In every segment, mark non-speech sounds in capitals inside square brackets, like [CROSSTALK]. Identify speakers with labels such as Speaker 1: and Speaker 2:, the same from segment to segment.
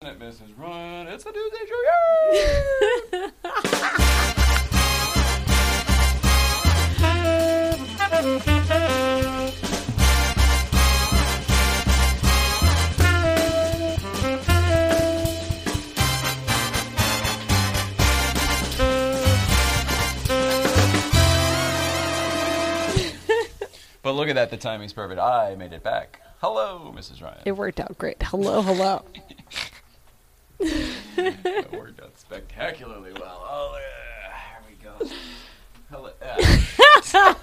Speaker 1: This is run. It's a Tuesday show. [LAUGHS] but look at that. The timing's perfect. I made it back. Hello, Mrs. Ryan.
Speaker 2: It worked out great. Hello, hello.
Speaker 1: That worked out spectacularly well. Oh, yeah. Here we go. Hello.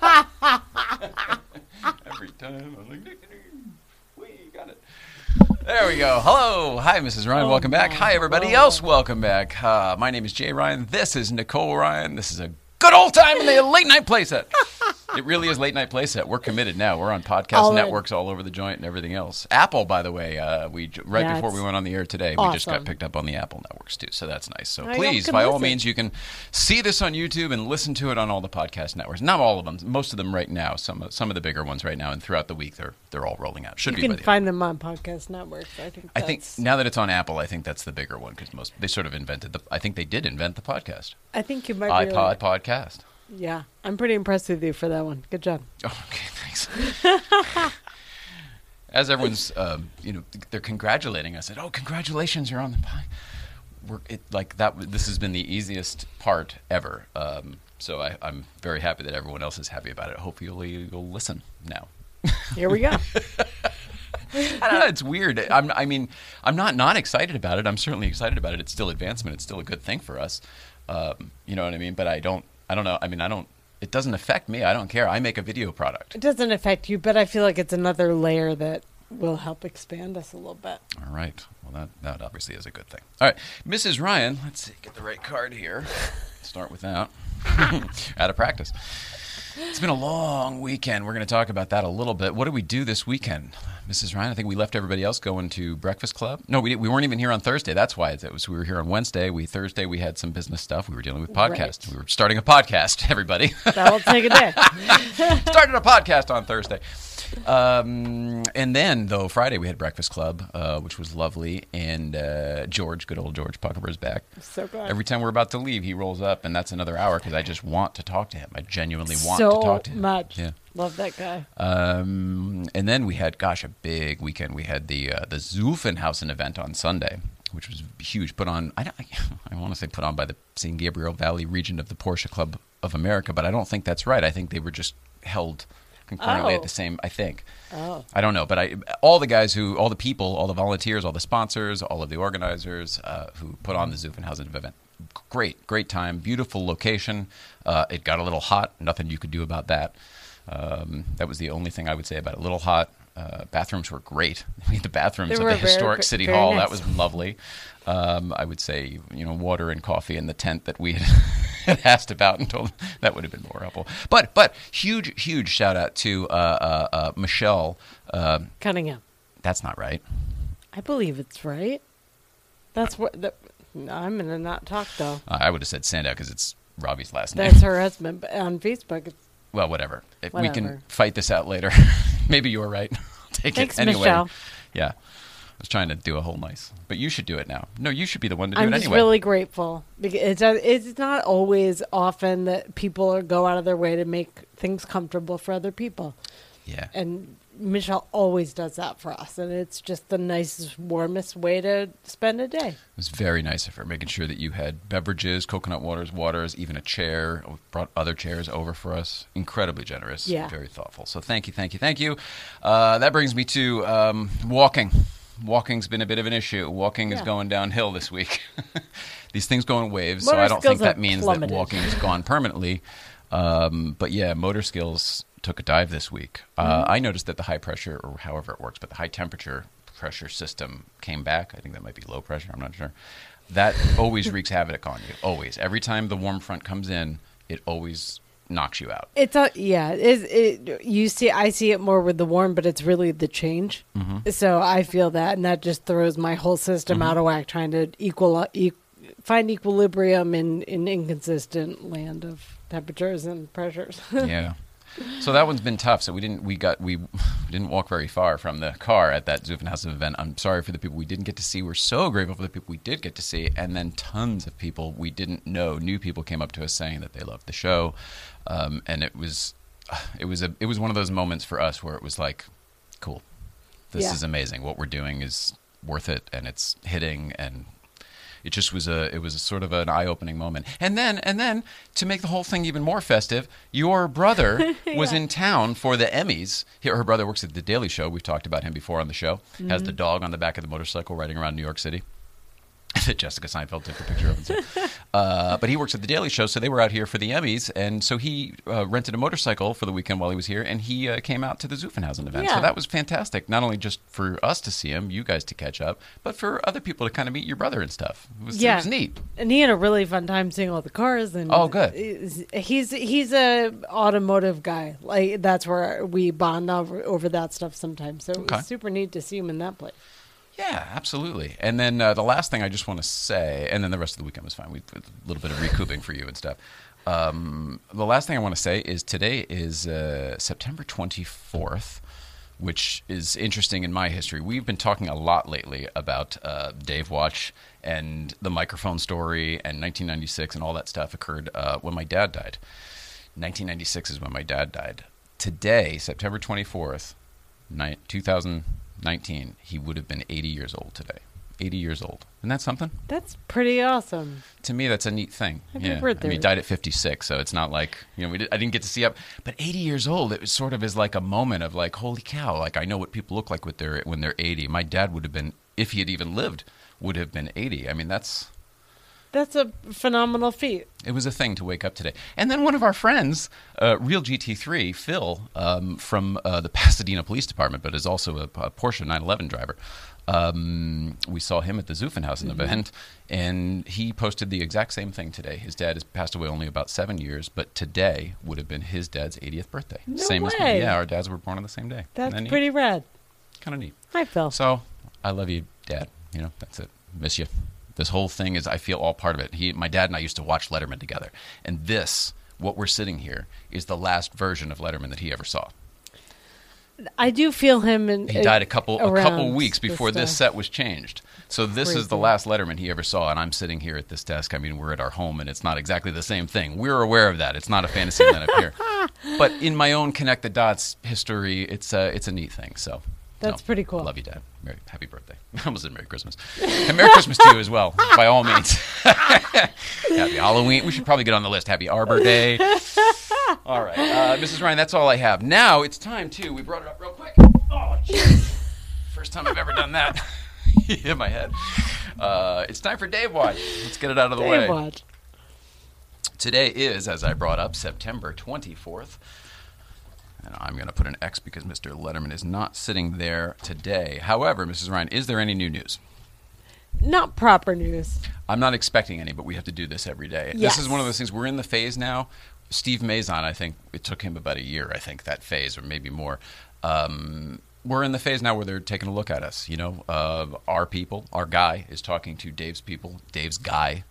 Speaker 1: yeah. [LAUGHS] Every time I'm like, "Nickety-doo." we got it. There we go. Hello. Hi, Mrs. Ryan. welcome back. Hi, everybody else. Welcome back. Uh, my name is Jay Ryan. This is Nicole Ryan. This is a good old time in the late night
Speaker 2: [LAUGHS]
Speaker 1: playset. It really is late night playset. We're committed now. We're on podcast
Speaker 2: All in.
Speaker 1: networks all over the joint and everything else. Apple, by the way, uh, we j- right before
Speaker 2: That's
Speaker 1: we went on the air today, we just got
Speaker 2: awesome.
Speaker 1: picked up on the Apple networks too. So that's nice. So
Speaker 2: Now y'all
Speaker 1: please,
Speaker 2: can
Speaker 1: by all
Speaker 2: listen.
Speaker 1: means, you can see this on YouTube and listen to it on all the podcast networks. Not all of them, most of them right now. Some some of the bigger ones right now, and throughout the week, they're they're all rolling out. Should be
Speaker 2: You
Speaker 1: by
Speaker 2: can
Speaker 1: the
Speaker 2: find them on Podcast Networks. I think.
Speaker 1: I think
Speaker 2: that's-
Speaker 1: now that it's on Apple, I think that's the bigger one because most they sort of invented the. I think they did invent the podcast,
Speaker 2: I think you might. be
Speaker 1: iPod
Speaker 2: right.
Speaker 1: podcast.
Speaker 2: Yeah, I'm pretty impressed with you for that one. Good job.
Speaker 1: Oh, okay, thanks. As everyone's, um, you know, they're congratulating us. And, oh, congratulations, you're on the pod. We're, it, like that. w- This has been the easiest part ever. Um, so I, I'm very happy that everyone else is happy about it. Hopefully, you'll listen now.
Speaker 2: Here
Speaker 1: [LAUGHS]
Speaker 2: we go.
Speaker 1: I don't know, [LAUGHS] it's weird. I'm, I mean, I'm not not excited about it. I'm certainly excited about it. It's still advancement. It's still a good thing for us. Um, you know what I mean? But I don't. I don't know. I mean, I don't. It doesn't affect me. I don't care. I make a video product.
Speaker 2: it doesn't affect you, but I feel like it's another layer that will help expand us a little bit.
Speaker 1: All right. Well, that that obviously is a good thing. All right, Mrs. Ryan. Let's see. Get the right card here. Start with that. [LAUGHS] Out of practice. It's been a long weekend. We're going to talk about that a little bit. What did we do this weekend, Mrs. Ryan? I think we left everybody else going to Breakfast Club. No, we, didn't- we weren't even here on Thursday. That's why it was. We were here on Wednesday. We Thursday we had some business stuff. We were dealing with podcasts.
Speaker 2: Right.
Speaker 1: We were starting a podcast. [LAUGHS] Everybody
Speaker 2: That'll take
Speaker 1: [LAUGHS]
Speaker 2: a day.
Speaker 1: started a podcast on Thursday. Um, and then, though, Friday we had Breakfast Club, uh, which was lovely. And uh, George, good old George Puckover, is back.
Speaker 2: so glad.
Speaker 1: Every time we're about to leave, he rolls up, and that's another hour because I just want to talk to him. I genuinely want
Speaker 2: so
Speaker 1: to talk to him.
Speaker 2: much.
Speaker 1: Yeah. Uh,
Speaker 2: Love that guy.
Speaker 1: Um, and then we had, gosh, a big weekend. We had the uh, the Zuffenhausen event on Sunday, which was huge. Put on, I, [LAUGHS] don't- I want to say put on by the San Gabriel Valley region of the Porsche Club of America, but I don't think that's right. I think they were just held concurrently
Speaker 2: Oh.
Speaker 1: at the same. I think.
Speaker 2: Oh.
Speaker 1: I don't know, but I all the guys who, all the people, all the volunteers, all the sponsors, all of the organizers uh, who put on the Zuffenhausen event. Great, great time, beautiful location. Uh, it got a little hot. Nothing you could do about that. Um, that was the only thing I would say about it. A little hot. Uh, bathrooms were great. [LAUGHS] We had the bathrooms
Speaker 2: They
Speaker 1: at
Speaker 2: were
Speaker 1: the
Speaker 2: very-
Speaker 1: historic
Speaker 2: very
Speaker 1: city hall. That
Speaker 2: nice.
Speaker 1: was lovely. Um, I would say, you know, water and coffee in the tent that we had [LAUGHS] asked about and told that would have been more helpful. But, but huge, huge shout out to uh, uh, uh, Michelle. Uh,
Speaker 2: Cunningham.
Speaker 1: that's not right.
Speaker 2: I believe it's right. That's what. The, no, I'm gonna not talk though.
Speaker 1: Uh, I would have said Sandow because it's Robbie's last name.
Speaker 2: That's her husband. But on Facebook, it's,
Speaker 1: well, whatever. If We can
Speaker 2: Whatever.
Speaker 1: fight this out later. [LAUGHS] Maybe you're right. [LAUGHS] I'll Take
Speaker 2: Thanks,
Speaker 1: it anyway.
Speaker 2: Michelle.
Speaker 1: Yeah. I was trying to do a whole nice, but you should do it now. No, you should be the one to do
Speaker 2: I'm
Speaker 1: it
Speaker 2: just
Speaker 1: anyway.
Speaker 2: really grateful because it's it's not always often that people are- go out of their way to make things comfortable for other people,
Speaker 1: yeah.
Speaker 2: and Michelle always does that for us, and it's just the nicest, warmest way to spend a day.
Speaker 1: It was very nice of her, making sure that you had beverages, coconut waters, waters, even a chair. Brought other chairs over for us. Incredibly generous.
Speaker 2: Yeah.
Speaker 1: Very thoughtful. So thank you, thank you, thank you. Uh, that brings me to um, walking. Walking's been a bit of an issue. Walking is
Speaker 2: Yeah.
Speaker 1: going downhill this week. [LAUGHS] These things go in waves, so
Speaker 2: Motor
Speaker 1: I don't think
Speaker 2: skills
Speaker 1: that
Speaker 2: have
Speaker 1: means
Speaker 2: plummeted.
Speaker 1: that walking is gone permanently. Um, but yeah, motor skills took a dive this week. Uh, I noticed that the high pressure, or however it works, but the high temperature pressure system came back. I think that might be low pressure. I'm not sure. That always wreaks havoc on you. Always. Every time the warm front comes in, it always knocks you out.
Speaker 2: It's a yeah. It is it you see? I see it more with the warm, but it's really the change.
Speaker 1: Mm-hmm.
Speaker 2: So I feel that, and that just throws my whole system out of whack. Trying to equal e- find equilibrium in in inconsistent land of temperatures and pressures. [LAUGHS]
Speaker 1: yeah. So that one's been tough. So we didn't we got we [LAUGHS] didn't walk very far from the car at that Zuffenhausen event. I'm sorry for the people we didn't get to see. We're so grateful for the people we did get to see, and then tons of people we didn't know. New people came up to us saying that they loved the show, um, and it was [SIGHS] it was a it was one of those moments for us where it was like, cool, this
Speaker 2: Yeah.
Speaker 1: is amazing. What we're doing is worth it, and it's hitting and. It just was a it was a sort of an eye opening moment, and then and then to make the whole thing even more festive, your brother was in town for the Emmys. He, her brother works at the Daily Show. We've talked about him before on the show. Has the dog on the back of the motorcycle riding around New York City that [LAUGHS] Jessica Seinfeld took a picture of. And
Speaker 2: [LAUGHS]
Speaker 1: said. uh, but he works at the Daily Show, so they were out here for the Emmys, and so he uh, rented a motorcycle for the weekend while he was here, and he uh, came out to the Zuffenhausen event. So
Speaker 2: Yeah.
Speaker 1: that was fantastic. Not only just for us to see him, you guys to catch up, but for other people to kind of meet your brother and stuff. It was, it
Speaker 2: Yeah.
Speaker 1: was neat.
Speaker 2: and he had a really fun time seeing all the cars and
Speaker 1: Oh, good.
Speaker 2: he's he's a automotive guy like that's where we bond over, over that stuff sometimes so it
Speaker 1: Okay.
Speaker 2: was super neat to see him in that place
Speaker 1: Yeah, absolutely. And then uh, the last thing I just want to say, and then the rest of the weekend was fine. We put a little bit of recouping for you and stuff. Um, the last thing I want to say is today is uh, September 24th, which is interesting in my history. We've been talking a lot lately about uh, Dave Watch and the microphone story and 1996 and all that stuff occurred uh, when my dad died. 1996 is when my dad died. Today, September 24th, ni- 2019, he would have been 80 years old today. 80 years old. Isn't that something?
Speaker 2: that's pretty awesome
Speaker 1: To me, that's a neat thing.
Speaker 2: Happy
Speaker 1: yeah. I
Speaker 2: birthday.
Speaker 1: mean, he died at 56, so it's not like, you know, we did, I didn't get to see up. But 80 years old, it was sort of is like a moment of like, holy cow, like I know what people look like with their, when they're 80. My dad would have been, if he had even lived, would have been 80. I mean, that's,
Speaker 2: that's a phenomenal feat
Speaker 1: it was a thing to wake up today. And then one of our friends, uh, Real GT3, Phil um, from uh, the [LAUGHS] Pasadena Police Department, but is also a, a Porsche 911 driver. Um, we saw him at the Zuffenhausen
Speaker 2: Mm-hmm.
Speaker 1: event, and he posted the exact same thing today. His dad has passed away only about seven years, but today would have been his dad's 80th birthday.
Speaker 2: No
Speaker 1: same as me.
Speaker 2: way.
Speaker 1: Yeah, our dads were born on the same day.
Speaker 2: that's pretty rad
Speaker 1: kind of neat.
Speaker 2: hi phil
Speaker 1: So, I love you, Dad. You know, that's it. Miss you. This whole thing is, I feel all part of it. He, my dad and I used to watch Letterman together. And this, what we're sitting here, is the last version of Letterman that he ever saw.
Speaker 2: i do feel him and
Speaker 1: He died a couple, a couple
Speaker 2: around
Speaker 1: weeks
Speaker 2: this
Speaker 1: before this,
Speaker 2: stuff.
Speaker 1: set was changed. So this is the
Speaker 2: Crazy.
Speaker 1: last Letterman he ever saw. And I'm sitting here at this desk. I mean, we're at our home and it's not exactly the same thing. We're aware of that. It's not a fantasy land
Speaker 2: [LAUGHS]
Speaker 1: up here. But in my own connect the dots history, it's a, it's a neat thing. So
Speaker 2: That's pretty cool.
Speaker 1: Love you, Dad. Merry, happy birthday. [LAUGHS] I almost said Merry Christmas. And Merry Christmas to you as well, by all means. [LAUGHS] happy Halloween. We should probably get on the list. Happy Arbor
Speaker 2: [LAUGHS]
Speaker 1: Day. All right. Uh, Mrs. Ryan, that's all I have. Now it's time to, we brought it up real quick. Oh, jeez. First time I've ever done that. [LAUGHS] You hit my head. Uh, it's time for Dave Watch. Let's get it out of the way.
Speaker 2: Dave Watch.
Speaker 1: Today is, as I brought up, September 24th. And I'm going to put an X because Mr. Letterman is not sitting there today. However, Mrs. Ryan, is there any new news?
Speaker 2: not proper news
Speaker 1: I'm not expecting any, but we have to do this every day. This is
Speaker 2: Yes.
Speaker 1: one of those things we're in the phase now. Steve Mazon, I think it took him about a year, I think, that phase, or maybe more. Um, we're in the phase now where they're taking a look at us. You know, uh, our people, our guy is talking to Dave's people, Dave's guy.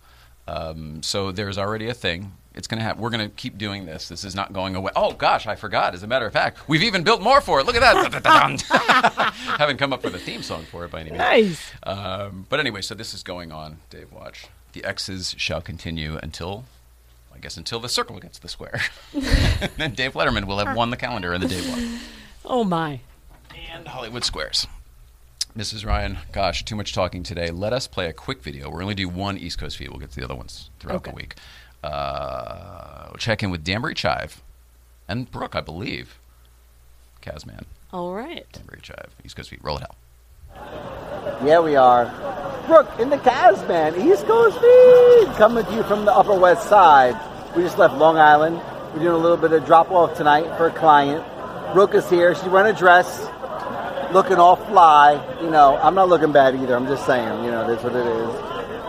Speaker 1: Um, so there's already a thing. It's going to happen. We're going to keep doing this. This is not going away. Oh, gosh, I forgot. As a matter of fact, we've even built more for it. Look at that. [LAUGHS] Haven't come up with a theme song for it by any means.
Speaker 2: nice
Speaker 1: Um, but anyway, so this is going on, Dave Watch. The X's shall continue until, I guess, until the circle gets the square. and then Dave Letterman will have won the calendar and the Dave Watch.
Speaker 2: oh my
Speaker 1: And Hollywood Squares. Mrs. Ryan, gosh, too much talking today. Let us play a quick video. We're only do one East Coast feed. We'll get to the other ones throughout the
Speaker 2: Okay.
Speaker 1: week. Uh, we'll check in with Danbury Chive and Brooke, I believe. Kazman,
Speaker 2: all right
Speaker 1: Danbury Chive, East Coast feed. Roll it out.
Speaker 3: Yeah, we are. Brooke in the Casman, East Coast feed, coming to you from the Upper West Side. We just left Long Island. We're doing a little bit of drop off tonight for a client. Brooke is here. She's wearing a dress, looking all fly. You know, I'm not looking bad either. I'm just saying, you know, that's what it is.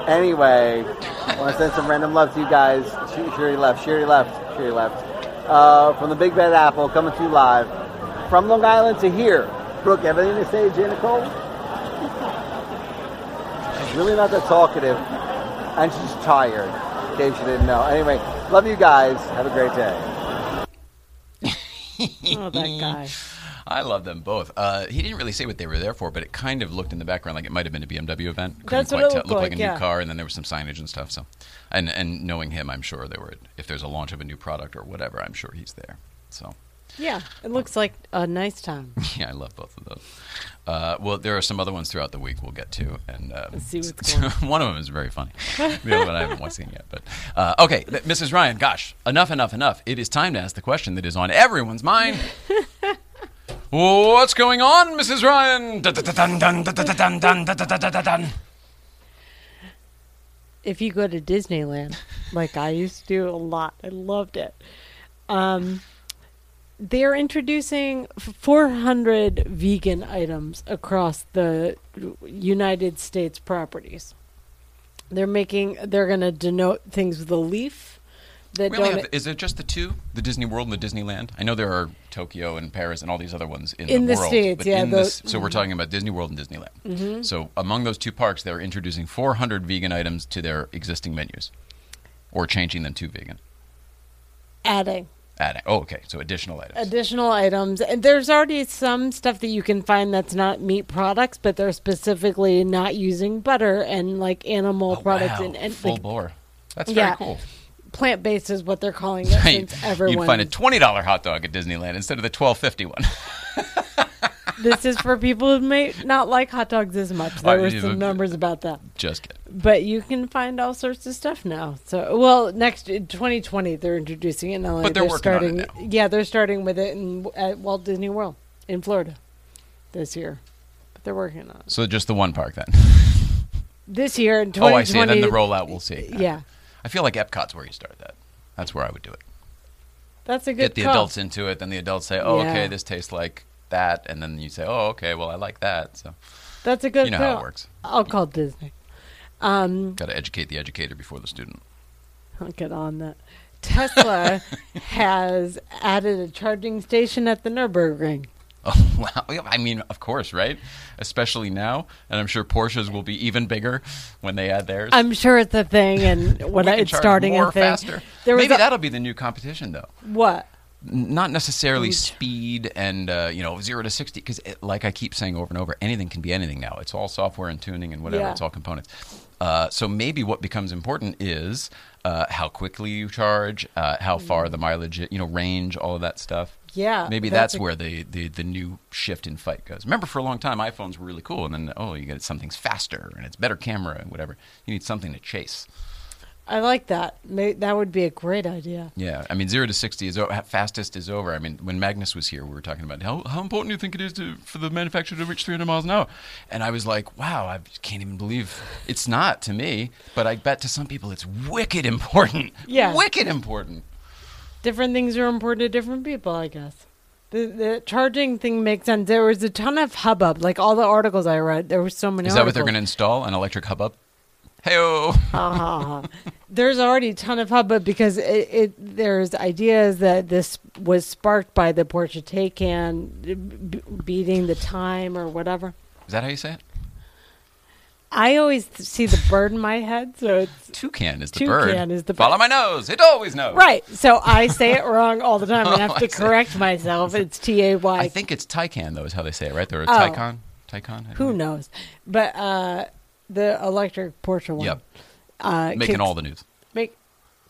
Speaker 3: Anyway, I want to send some random love to you guys. She- She already left. She already left. She already left. Uh, from the Big Bad Apple, coming to you live from Long Island to here. Brooke, everything to say, Jay Nicole? She's really not that talkative, and she's tired. In case you didn't know. Anyway, love you guys. Have a great day.
Speaker 2: Oh, that
Speaker 1: [LAUGHS]
Speaker 2: guy.
Speaker 1: I love them both. Uh, he didn't really say what they were there for, but it kind of looked in the background like it might have been a BMW event. Couldn't
Speaker 2: That's
Speaker 1: quite
Speaker 2: what
Speaker 1: tell.
Speaker 2: it looked
Speaker 1: looked
Speaker 2: like,
Speaker 1: like a
Speaker 2: yeah.
Speaker 1: new car, and then there was some signage and stuff. So, and and knowing him, I'm sure they were. If there's a launch of a new product or whatever, I'm sure he's there. So,
Speaker 2: Yeah, it looks like a nice time.
Speaker 1: [LAUGHS] yeah, I love both of those. Uh, well, there are some other ones throughout the week we'll get to, and um, [LAUGHS]
Speaker 2: see what's going
Speaker 1: one of them is very
Speaker 2: [LAUGHS]
Speaker 1: funny. the other one I haven't seen yet. But uh, okay, th- Mrs. Ryan, gosh, enough, enough, enough. It is time to ask the question that is on everyone's
Speaker 2: [LAUGHS]
Speaker 1: mind. What's going on, Mrs. Ryan? Dun, dun, dun, dun, dun, dun, dun, dun, dun, dun, dun, dun, dun.
Speaker 2: If you go to Disneyland, like I used to do a lot, I loved it. Um, they're introducing 400 vegan items across the United States properties. They're making, they're going to denote things with a leaf that
Speaker 1: We
Speaker 2: don't.
Speaker 1: only have, is it just the two, the Disney World and the Disneyland? I know there are Tokyo and Paris and all these other ones in,
Speaker 2: In the
Speaker 1: world,
Speaker 2: States,
Speaker 1: but
Speaker 2: yeah,
Speaker 1: in
Speaker 2: the- Mm-hmm.
Speaker 1: this- so we're talking about Disney World and Disneyland. So among those two parks, they're introducing 400 vegan items to their existing menus, or changing them to vegan.
Speaker 2: adding.
Speaker 1: Adding. Oh, okay. So additional items.
Speaker 2: additional items and there's already some stuff that you can find that's not meat products but they're specifically not using butter and like animal
Speaker 1: Oh,
Speaker 2: products
Speaker 1: wow.
Speaker 2: and, and
Speaker 1: full
Speaker 2: like,
Speaker 1: bore. That's very
Speaker 2: Yeah.
Speaker 1: cool.
Speaker 2: plant-based is what they're calling it
Speaker 1: Right.
Speaker 2: since
Speaker 1: You'd
Speaker 2: everyone
Speaker 1: find a twenty dollar hot dog at Disneyland instead of the twelve fifty one. [LAUGHS]
Speaker 2: this is for people who may not like hot dogs
Speaker 1: [LAUGHS]
Speaker 2: as much there
Speaker 1: I-
Speaker 2: were
Speaker 1: yeah,
Speaker 2: some
Speaker 1: but-
Speaker 2: numbers about that
Speaker 1: Just kidding.
Speaker 2: but you can find all sorts of stuff now so well next in 2020 they're introducing it in LA
Speaker 1: But they're working on it
Speaker 2: starting
Speaker 1: now.
Speaker 2: yeah they're starting with it in, at Walt Disney World in Florida this year but they're working on it
Speaker 1: So just the one park then.
Speaker 2: this year in
Speaker 1: Oh,
Speaker 2: 2020
Speaker 1: I see. And then the rollout, we'll see.
Speaker 2: Yeah,
Speaker 1: I feel like Epcot's where you start that. That's where I would do it.
Speaker 2: that's a good
Speaker 1: Get the
Speaker 2: call.
Speaker 1: adults into it, then the adults say, "Oh,
Speaker 2: Yeah.
Speaker 1: okay, this tastes like that," and then you say, "Oh, okay, well, I like that." So
Speaker 2: That's a good
Speaker 1: you know
Speaker 2: call.
Speaker 1: how it works.
Speaker 2: I'll call Disney. Um,
Speaker 1: Got to educate the educator before the student. [LAUGHS]
Speaker 2: I'll get on that. Tesla has added a charging station at the Nürburgring.
Speaker 1: Oh wow! Yeah, I mean, of course, right? Especially now, and I'm sure Porsches will be even bigger when they add theirs.
Speaker 2: I'm sure it's a thing, and when
Speaker 1: [LAUGHS] We
Speaker 2: I,
Speaker 1: can
Speaker 2: it's
Speaker 1: charge
Speaker 2: starting
Speaker 1: more
Speaker 2: a thing.
Speaker 1: faster.
Speaker 2: There was
Speaker 1: Maybe
Speaker 2: a-
Speaker 1: that'll be the new competition, though.
Speaker 2: What?
Speaker 1: N- Not necessarily speed and uh, you know zero to sixty, because like I keep saying over and over, anything can be anything now. It's all software and tuning and whatever.
Speaker 2: Yeah.
Speaker 1: It's all components. Uh, so maybe what becomes important is uh, how quickly you charge, uh, how far the mileage, you know, range, all of that stuff.
Speaker 2: Mm-hmm. Yeah,
Speaker 1: Maybe that's,
Speaker 2: that's a-
Speaker 1: where the, the, the new shift in fight goes. Remember, for a long time, iPhones were really cool, and then oh, you get something's faster and it's better camera and whatever. You need something to chase.
Speaker 2: I like that. May, that would be a great idea.
Speaker 1: Yeah, I mean, zero to sixty is o- ha- fastest is over. I mean, when Magnus was here, we were talking about how, how important do you think it is to, for the manufacturer to reach three hundred miles an hour, and I was like, wow, I can't even believe it's not to me, but I bet to some people it's wicked important.
Speaker 2: [LAUGHS] Yeah.
Speaker 1: wicked important.
Speaker 2: different things are important to different people, I guess. The, the charging thing makes sense. There was a ton of hubbub, like all the articles I read. There were so many.
Speaker 1: Is that what they're going
Speaker 2: articles.
Speaker 1: to install? An electric hubbub? Hey,
Speaker 2: Uh-huh. [LAUGHS] there's already a ton of hubbub because it, it there's ideas that this was sparked by the Porsche Taycan b- beating the time or whatever.
Speaker 1: is that how you say it?
Speaker 2: I always th- see the bird in my head, so it's
Speaker 1: Toucan is the
Speaker 2: Toucan
Speaker 1: bird.
Speaker 2: is the
Speaker 1: Follow my
Speaker 2: bird.
Speaker 1: nose. It always knows.
Speaker 2: right. So I say it wrong all the [LAUGHS] time. and I have
Speaker 1: Oh,
Speaker 2: to
Speaker 1: I see.
Speaker 2: correct myself. It's T A
Speaker 1: I
Speaker 2: Y.
Speaker 1: think it's Taycan though, is how they say it, right? They're a
Speaker 2: Oh.
Speaker 1: Taycan. Taycan. I
Speaker 2: Who
Speaker 1: believe.
Speaker 2: knows? But uh, the electric Porsche one.
Speaker 1: Yep.
Speaker 2: Uh,
Speaker 1: Making
Speaker 2: kicks-
Speaker 1: all the news.
Speaker 2: make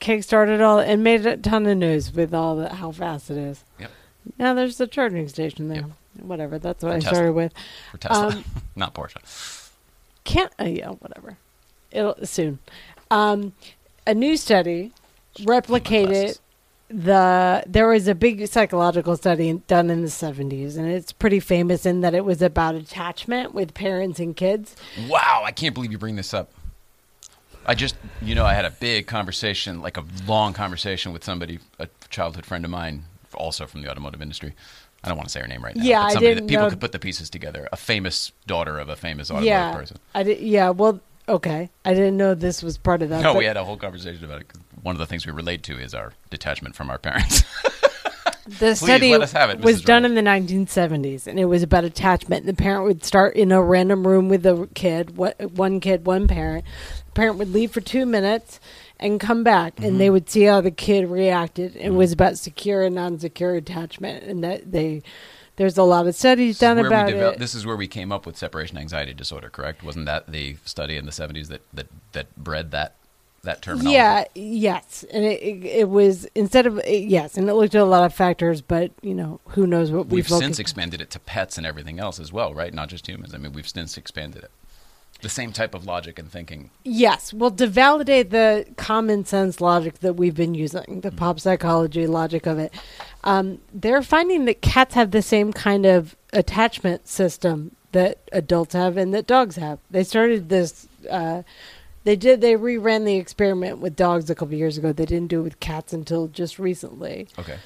Speaker 2: kickstarted all and made a ton of news with all the how fast it is.
Speaker 1: Yep.
Speaker 2: Now there's the charging station there. Whatever. That's what I
Speaker 1: Tesla.
Speaker 2: started with.
Speaker 1: For Tesla,
Speaker 2: Um,
Speaker 1: [LAUGHS] not Porsche.
Speaker 2: Can't. Uh, yeah. Whatever. It'll soon. Um, a new study replicated
Speaker 1: glasses.
Speaker 2: the there was a big psychological study in- done in the 70s and it's pretty famous in that it was about attachment with parents and kids
Speaker 1: Wow, I can't believe you bring this up. I just, you know, I had a big conversation, like a long conversation with somebody, a childhood friend of mine, also from the automotive industry. I don't want to say her name right now.
Speaker 2: Yeah,
Speaker 1: but
Speaker 2: I
Speaker 1: somebody
Speaker 2: didn't
Speaker 1: that people
Speaker 2: know-
Speaker 1: could put the pieces together. A famous daughter of Oh, a famous automotive
Speaker 2: yeah
Speaker 1: person.
Speaker 2: i did yeah well okay i didn't know this was part of that
Speaker 1: No,
Speaker 2: but-
Speaker 1: we had a whole conversation about it. 'cause One of the things we relate to is our detachment from our parents. [LAUGHS]
Speaker 2: The study
Speaker 1: let us have it,
Speaker 2: was
Speaker 1: Mrs.
Speaker 2: done in
Speaker 1: Ryan.
Speaker 2: the 1970s, and it was about attachment. The parent would start in a random room with a kid, what, one kid, one parent. The parent would leave for two minutes, and come back and
Speaker 1: Mm-hmm.
Speaker 2: they would see how the kid reacted and was about secure and non-secure attachment and that they there's a lot of studies done
Speaker 1: Where we
Speaker 2: about
Speaker 1: develop-
Speaker 2: it
Speaker 1: This is where we came up with separation anxiety disorder, correct? Wasn't that the study in the 70s that, that, that bred that, that terminology?
Speaker 2: yeah yes and it, it, it was instead of yes and it looked at a lot of factors but you know who knows what we
Speaker 1: We've
Speaker 2: focused-
Speaker 1: since expanded it to pets and everything else as well, right? Not just humans. I mean, we've since expanded it. The same type of logic and thinking.
Speaker 2: Yes. Well, to validate the common sense logic that we've been using, the pop psychology logic of it, um, they're finding that cats have the same kind of attachment system that adults have and that dogs have. They started this. Uh, they did. They reran the experiment with dogs a couple years ago. They didn't do it with cats until just recently.
Speaker 1: Okay.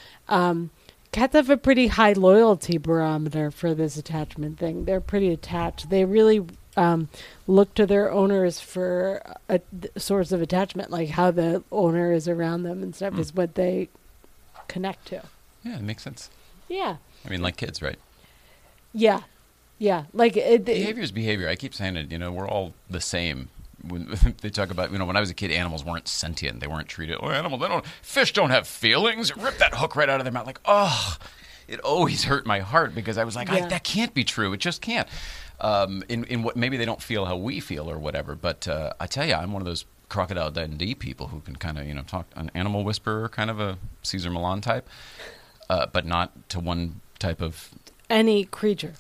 Speaker 2: Cats have a pretty high loyalty barometer for this attachment thing. They're pretty attached. They really um, look to their owners for a th- source of attachment, like how the owner is around them and stuff, is what they connect to.
Speaker 1: Yeah, it makes sense.
Speaker 2: Yeah,
Speaker 1: I mean, like kids, right?
Speaker 2: yeah, yeah. Like it,
Speaker 1: Behavior is behavior. I keep saying it. You know, we're all the same. When [LAUGHS] they talk about, you know, when I was a kid, animals weren't sentient. They weren't treated. Oh, animal, they don't. Fish don't have feelings. Rip that hook right out of their mouth. Like, oh, it always [LAUGHS] hurt my heart because I was like, I,
Speaker 2: Yeah.
Speaker 1: that can't be true. It just can't. Um, in in what maybe they don't feel how we feel or whatever. But uh, I tell you, I'm one of those crocodile Dundee people who can kind of you know talk an animal whisperer, kind of a Caesar Milan type, uh, but not to one type of
Speaker 2: any creature.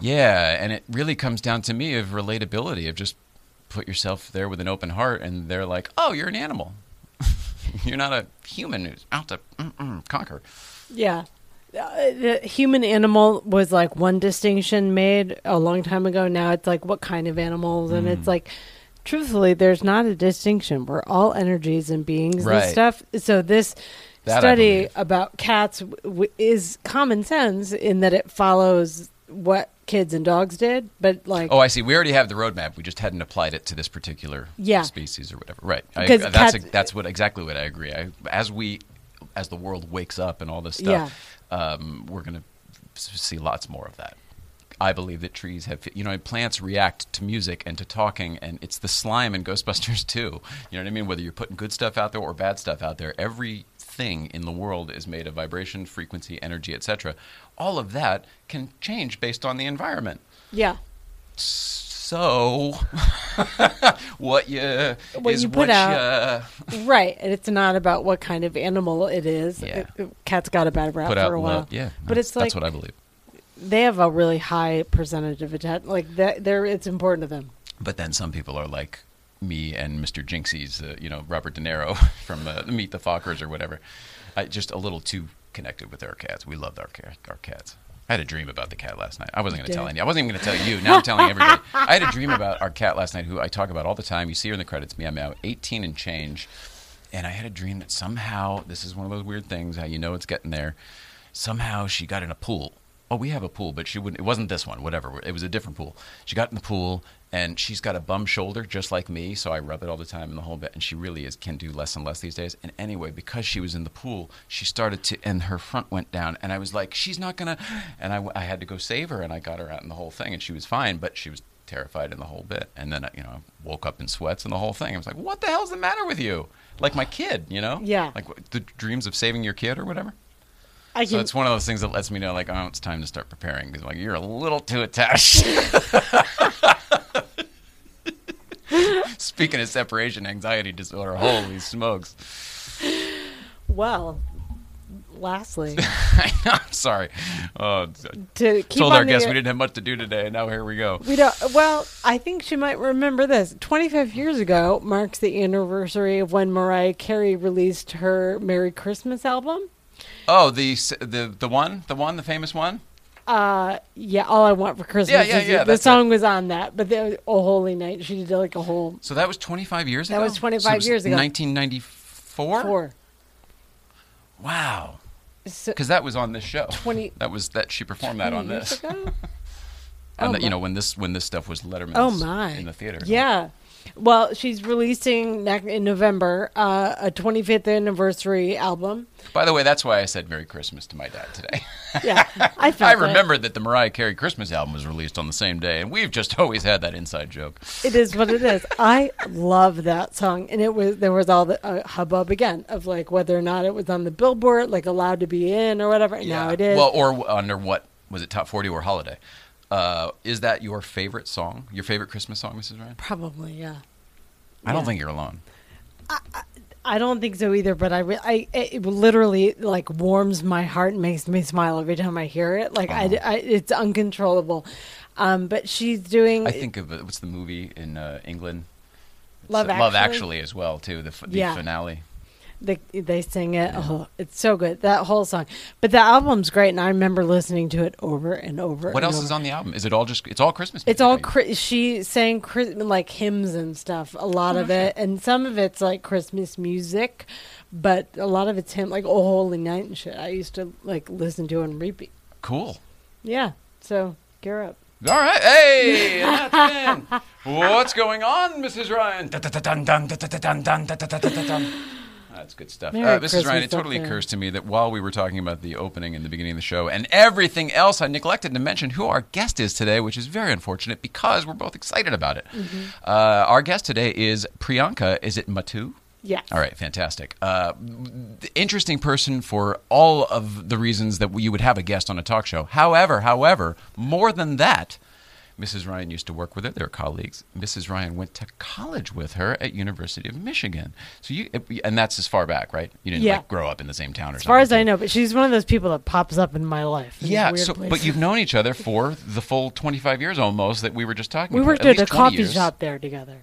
Speaker 1: yeah, and it really comes down to me of relatability of just put yourself there with an open heart, and they're like, "Oh, you're an animal. [LAUGHS] you're not a human who's out to mm-mm, conquer."
Speaker 2: Yeah. Uh, the human animal was like one distinction made a long time ago. Now it's like what kind of animals, and
Speaker 1: Mm.
Speaker 2: it's like, truthfully, there's not a distinction. We're all energies and beings
Speaker 1: Right.
Speaker 2: and stuff. So this
Speaker 1: That I
Speaker 2: study
Speaker 1: believe.
Speaker 2: about cats w- w- is common sense in that it follows what kids and dogs did, but like
Speaker 1: Oh, I see. We already have the roadmap. We just hadn't applied it to this particular
Speaker 2: Yeah.
Speaker 1: species or whatever. Right? I,
Speaker 2: Because
Speaker 1: that's
Speaker 2: cats-
Speaker 1: that's what exactly what I agree. I, as we, as the world wakes up and all this
Speaker 2: Yeah.
Speaker 1: stuff, um, we're gonna s- see lots more of that. I believe that trees have, you know, plants react to music and to talking, and it's the slime in Ghostbusters [LAUGHS] too. You know what I mean? Whether you're putting good stuff out there or bad stuff out there, every thing in the world is made of vibration, frequency, energy, etc. All of that can change based on the environment
Speaker 2: yeah,
Speaker 1: so [LAUGHS] what you
Speaker 2: What
Speaker 1: is
Speaker 2: you
Speaker 1: what
Speaker 2: put out.
Speaker 1: you
Speaker 2: right. And it's not about what kind of animal it is.
Speaker 1: Yeah.
Speaker 2: It- it- cats got a bad rap
Speaker 1: put
Speaker 2: for
Speaker 1: out
Speaker 2: a
Speaker 1: in
Speaker 2: while.
Speaker 1: love. Yeah,
Speaker 2: but
Speaker 1: that's-
Speaker 2: it's like
Speaker 1: that's what I believe.
Speaker 2: they have a really high percentage of attachment. Like that, they're it's important to them.
Speaker 1: But then some people are like me and Mr. Jinxie's, uh, you know, Robert De Niro [LAUGHS] from uh, Meet the Fockers or whatever. I, just a little too connected with our cats. We loved our ca- our cats. I had a dream about the cat last night. I wasn't going to tell
Speaker 2: did?
Speaker 1: any. I wasn't even going to tell you. Now I'm telling everybody. I had a dream about our cat last night, who I talk about all the time. You see her in the credits. Meow meow. 18 and change. And I had a dream that somehow this is one of those weird things how you know it's getting there. Somehow she got in a pool. Oh, we have a pool, but she wouldn't. It wasn't this one. Whatever. It was a different pool. She got in the pool, and she's got a bum shoulder just like me. So I rub it all the time in the whole bit, and she really is can do less and less these days. And anyway, because she was in the pool, she started to, and her front went down, and I was like, she's not gonna. And I, w- I had to go save her, and I got her out in the whole thing, and she was fine, but she was terrified in the whole bit. And then, you know, I woke up in sweats and the whole thing. I was like, what the hell's the matter with you? Like my kid, you know?
Speaker 2: Yeah.
Speaker 1: Like what- the dreams of saving your kid or whatever.
Speaker 2: I
Speaker 1: So
Speaker 2: can.
Speaker 1: it's one of those things that lets me know, like, oh, it's time to start preparing because, like, you're a little too attached. [LAUGHS] Speaking of separation anxiety disorder, holy smokes! [LAUGHS]
Speaker 2: well,
Speaker 1: [LAUGHS]
Speaker 2: lastly,
Speaker 1: I'm sorry. Oh,
Speaker 2: to keep
Speaker 1: told
Speaker 2: on
Speaker 1: our
Speaker 2: the-
Speaker 1: guests we didn't have much to do today, and now here we go.
Speaker 2: We don't. Well, I think she might remember this. 25 years ago marks the anniversary of when Mariah Carey released her "Merry Christmas" album.
Speaker 1: Oh, the s- the the one, the one, the famous one.
Speaker 2: Uh, yeah, all I want for Christmas.
Speaker 1: Yeah, yeah,
Speaker 2: is
Speaker 1: yeah,
Speaker 2: You. The
Speaker 1: that's
Speaker 2: song was on that, but the "Oh Holy Night" she did like a whole
Speaker 1: So that was 25 years
Speaker 2: That
Speaker 1: ago.
Speaker 2: was
Speaker 1: So
Speaker 2: 25
Speaker 1: it was
Speaker 2: years ago.
Speaker 1: 1994.
Speaker 2: four.
Speaker 1: Wow.
Speaker 2: So,
Speaker 1: Because that was on this show.
Speaker 2: 20
Speaker 1: That was that she performed that on [LAUGHS]
Speaker 2: years
Speaker 1: this.
Speaker 2: ago?
Speaker 1: On
Speaker 2: Oh
Speaker 1: the- you
Speaker 2: my-
Speaker 1: know when this when this stuff was Letterman.
Speaker 2: Oh my!
Speaker 1: In the theater.
Speaker 2: Yeah. Well, she's releasing nec- in November uh, a 25th
Speaker 1: [LAUGHS]
Speaker 2: anniversary album.
Speaker 1: By the way, that's why I said Merry Christmas to my dad today.
Speaker 2: Yeah, [LAUGHS] I felt
Speaker 1: I
Speaker 2: it.
Speaker 1: remembered that the Mariah Carey Christmas album was released on the same day, and we've just [LAUGHS] always had that inside joke.
Speaker 2: it is what it is. I love that song, and it was there was all the uh, hubbub again of like whether or not it was on the Billboard, like allowed to be in or whatever. Now it is.
Speaker 1: Well, or w- under what was it, top forty or holiday? Uh, is that your favorite song? Your favorite Christmas song, Mrs. Ryan?
Speaker 2: Probably, yeah.
Speaker 1: I don't
Speaker 2: Yeah.
Speaker 1: think you're alone.
Speaker 2: I don't think so either, but I, re- I it literally like warms my heart and makes me smile every time I hear it. Like I, I- it's uncontrollable. Um, but she's doing
Speaker 1: I think of uh, what's the movie in uh, England? It's,
Speaker 2: Love
Speaker 1: uh, Love
Speaker 2: Actually.
Speaker 1: Actually as well too. The, f- the
Speaker 2: Yeah.
Speaker 1: finale.
Speaker 2: they, they sing it. Oh, it's so good that whole song. But the album's great, and I remember listening to it over and over.
Speaker 1: What
Speaker 2: and
Speaker 1: else
Speaker 2: over.
Speaker 1: is on the album? Is it all just? It's all Christmas.
Speaker 2: It's
Speaker 1: music,
Speaker 2: all
Speaker 1: right?
Speaker 2: Chri- she sang Chris- like hymns and stuff. A lot of it, and some of it's like Christmas music, but a lot of it's him like "Oh Holy Night" and shit. I used to like listen to on repeat.
Speaker 1: cool.
Speaker 2: Yeah, so gear up.
Speaker 1: All right.
Speaker 2: [LAUGHS]
Speaker 1: Hey, and that's Ben. What's going on, Mrs. Ryan? Dun, dun, dun, dun, dun, dun, dun, dun, dun, dun, dun, dun. That's good stuff.
Speaker 2: Merry
Speaker 1: uh, Mrs.
Speaker 2: Christmas
Speaker 1: Ryan, it
Speaker 2: up
Speaker 1: totally
Speaker 2: there.
Speaker 1: occurs to me that while we were talking about the opening and the beginning of the show and everything else, I neglected to mention who our guest is today, which is very unfortunate because we're both excited about it.
Speaker 2: Mm-hmm.
Speaker 1: Uh, our guest today is Priyanka. Is it Matu?
Speaker 2: Yeah.
Speaker 1: All right, fantastic. Uh, th- interesting person for all of the reasons that you would have a guest on a talk show. However, however, more than that, Mrs. Ryan used to work with her. They're colleagues. Mrs. Ryan went to college with her at University of Michigan. So you, and that's as far back, right? You didn't
Speaker 2: Yeah.
Speaker 1: like grow up in the same town or
Speaker 2: As
Speaker 1: something.
Speaker 2: far as
Speaker 1: did
Speaker 2: I
Speaker 1: you?
Speaker 2: know, but she's one of those people that pops up in my life. in
Speaker 1: Yeah,
Speaker 2: weird
Speaker 1: so,
Speaker 2: places.
Speaker 1: but you've known each other for the full 25 years almost that we were just talking
Speaker 2: we
Speaker 1: about.
Speaker 2: worked at a
Speaker 1: least 20
Speaker 2: coffee
Speaker 1: years
Speaker 2: shop there together.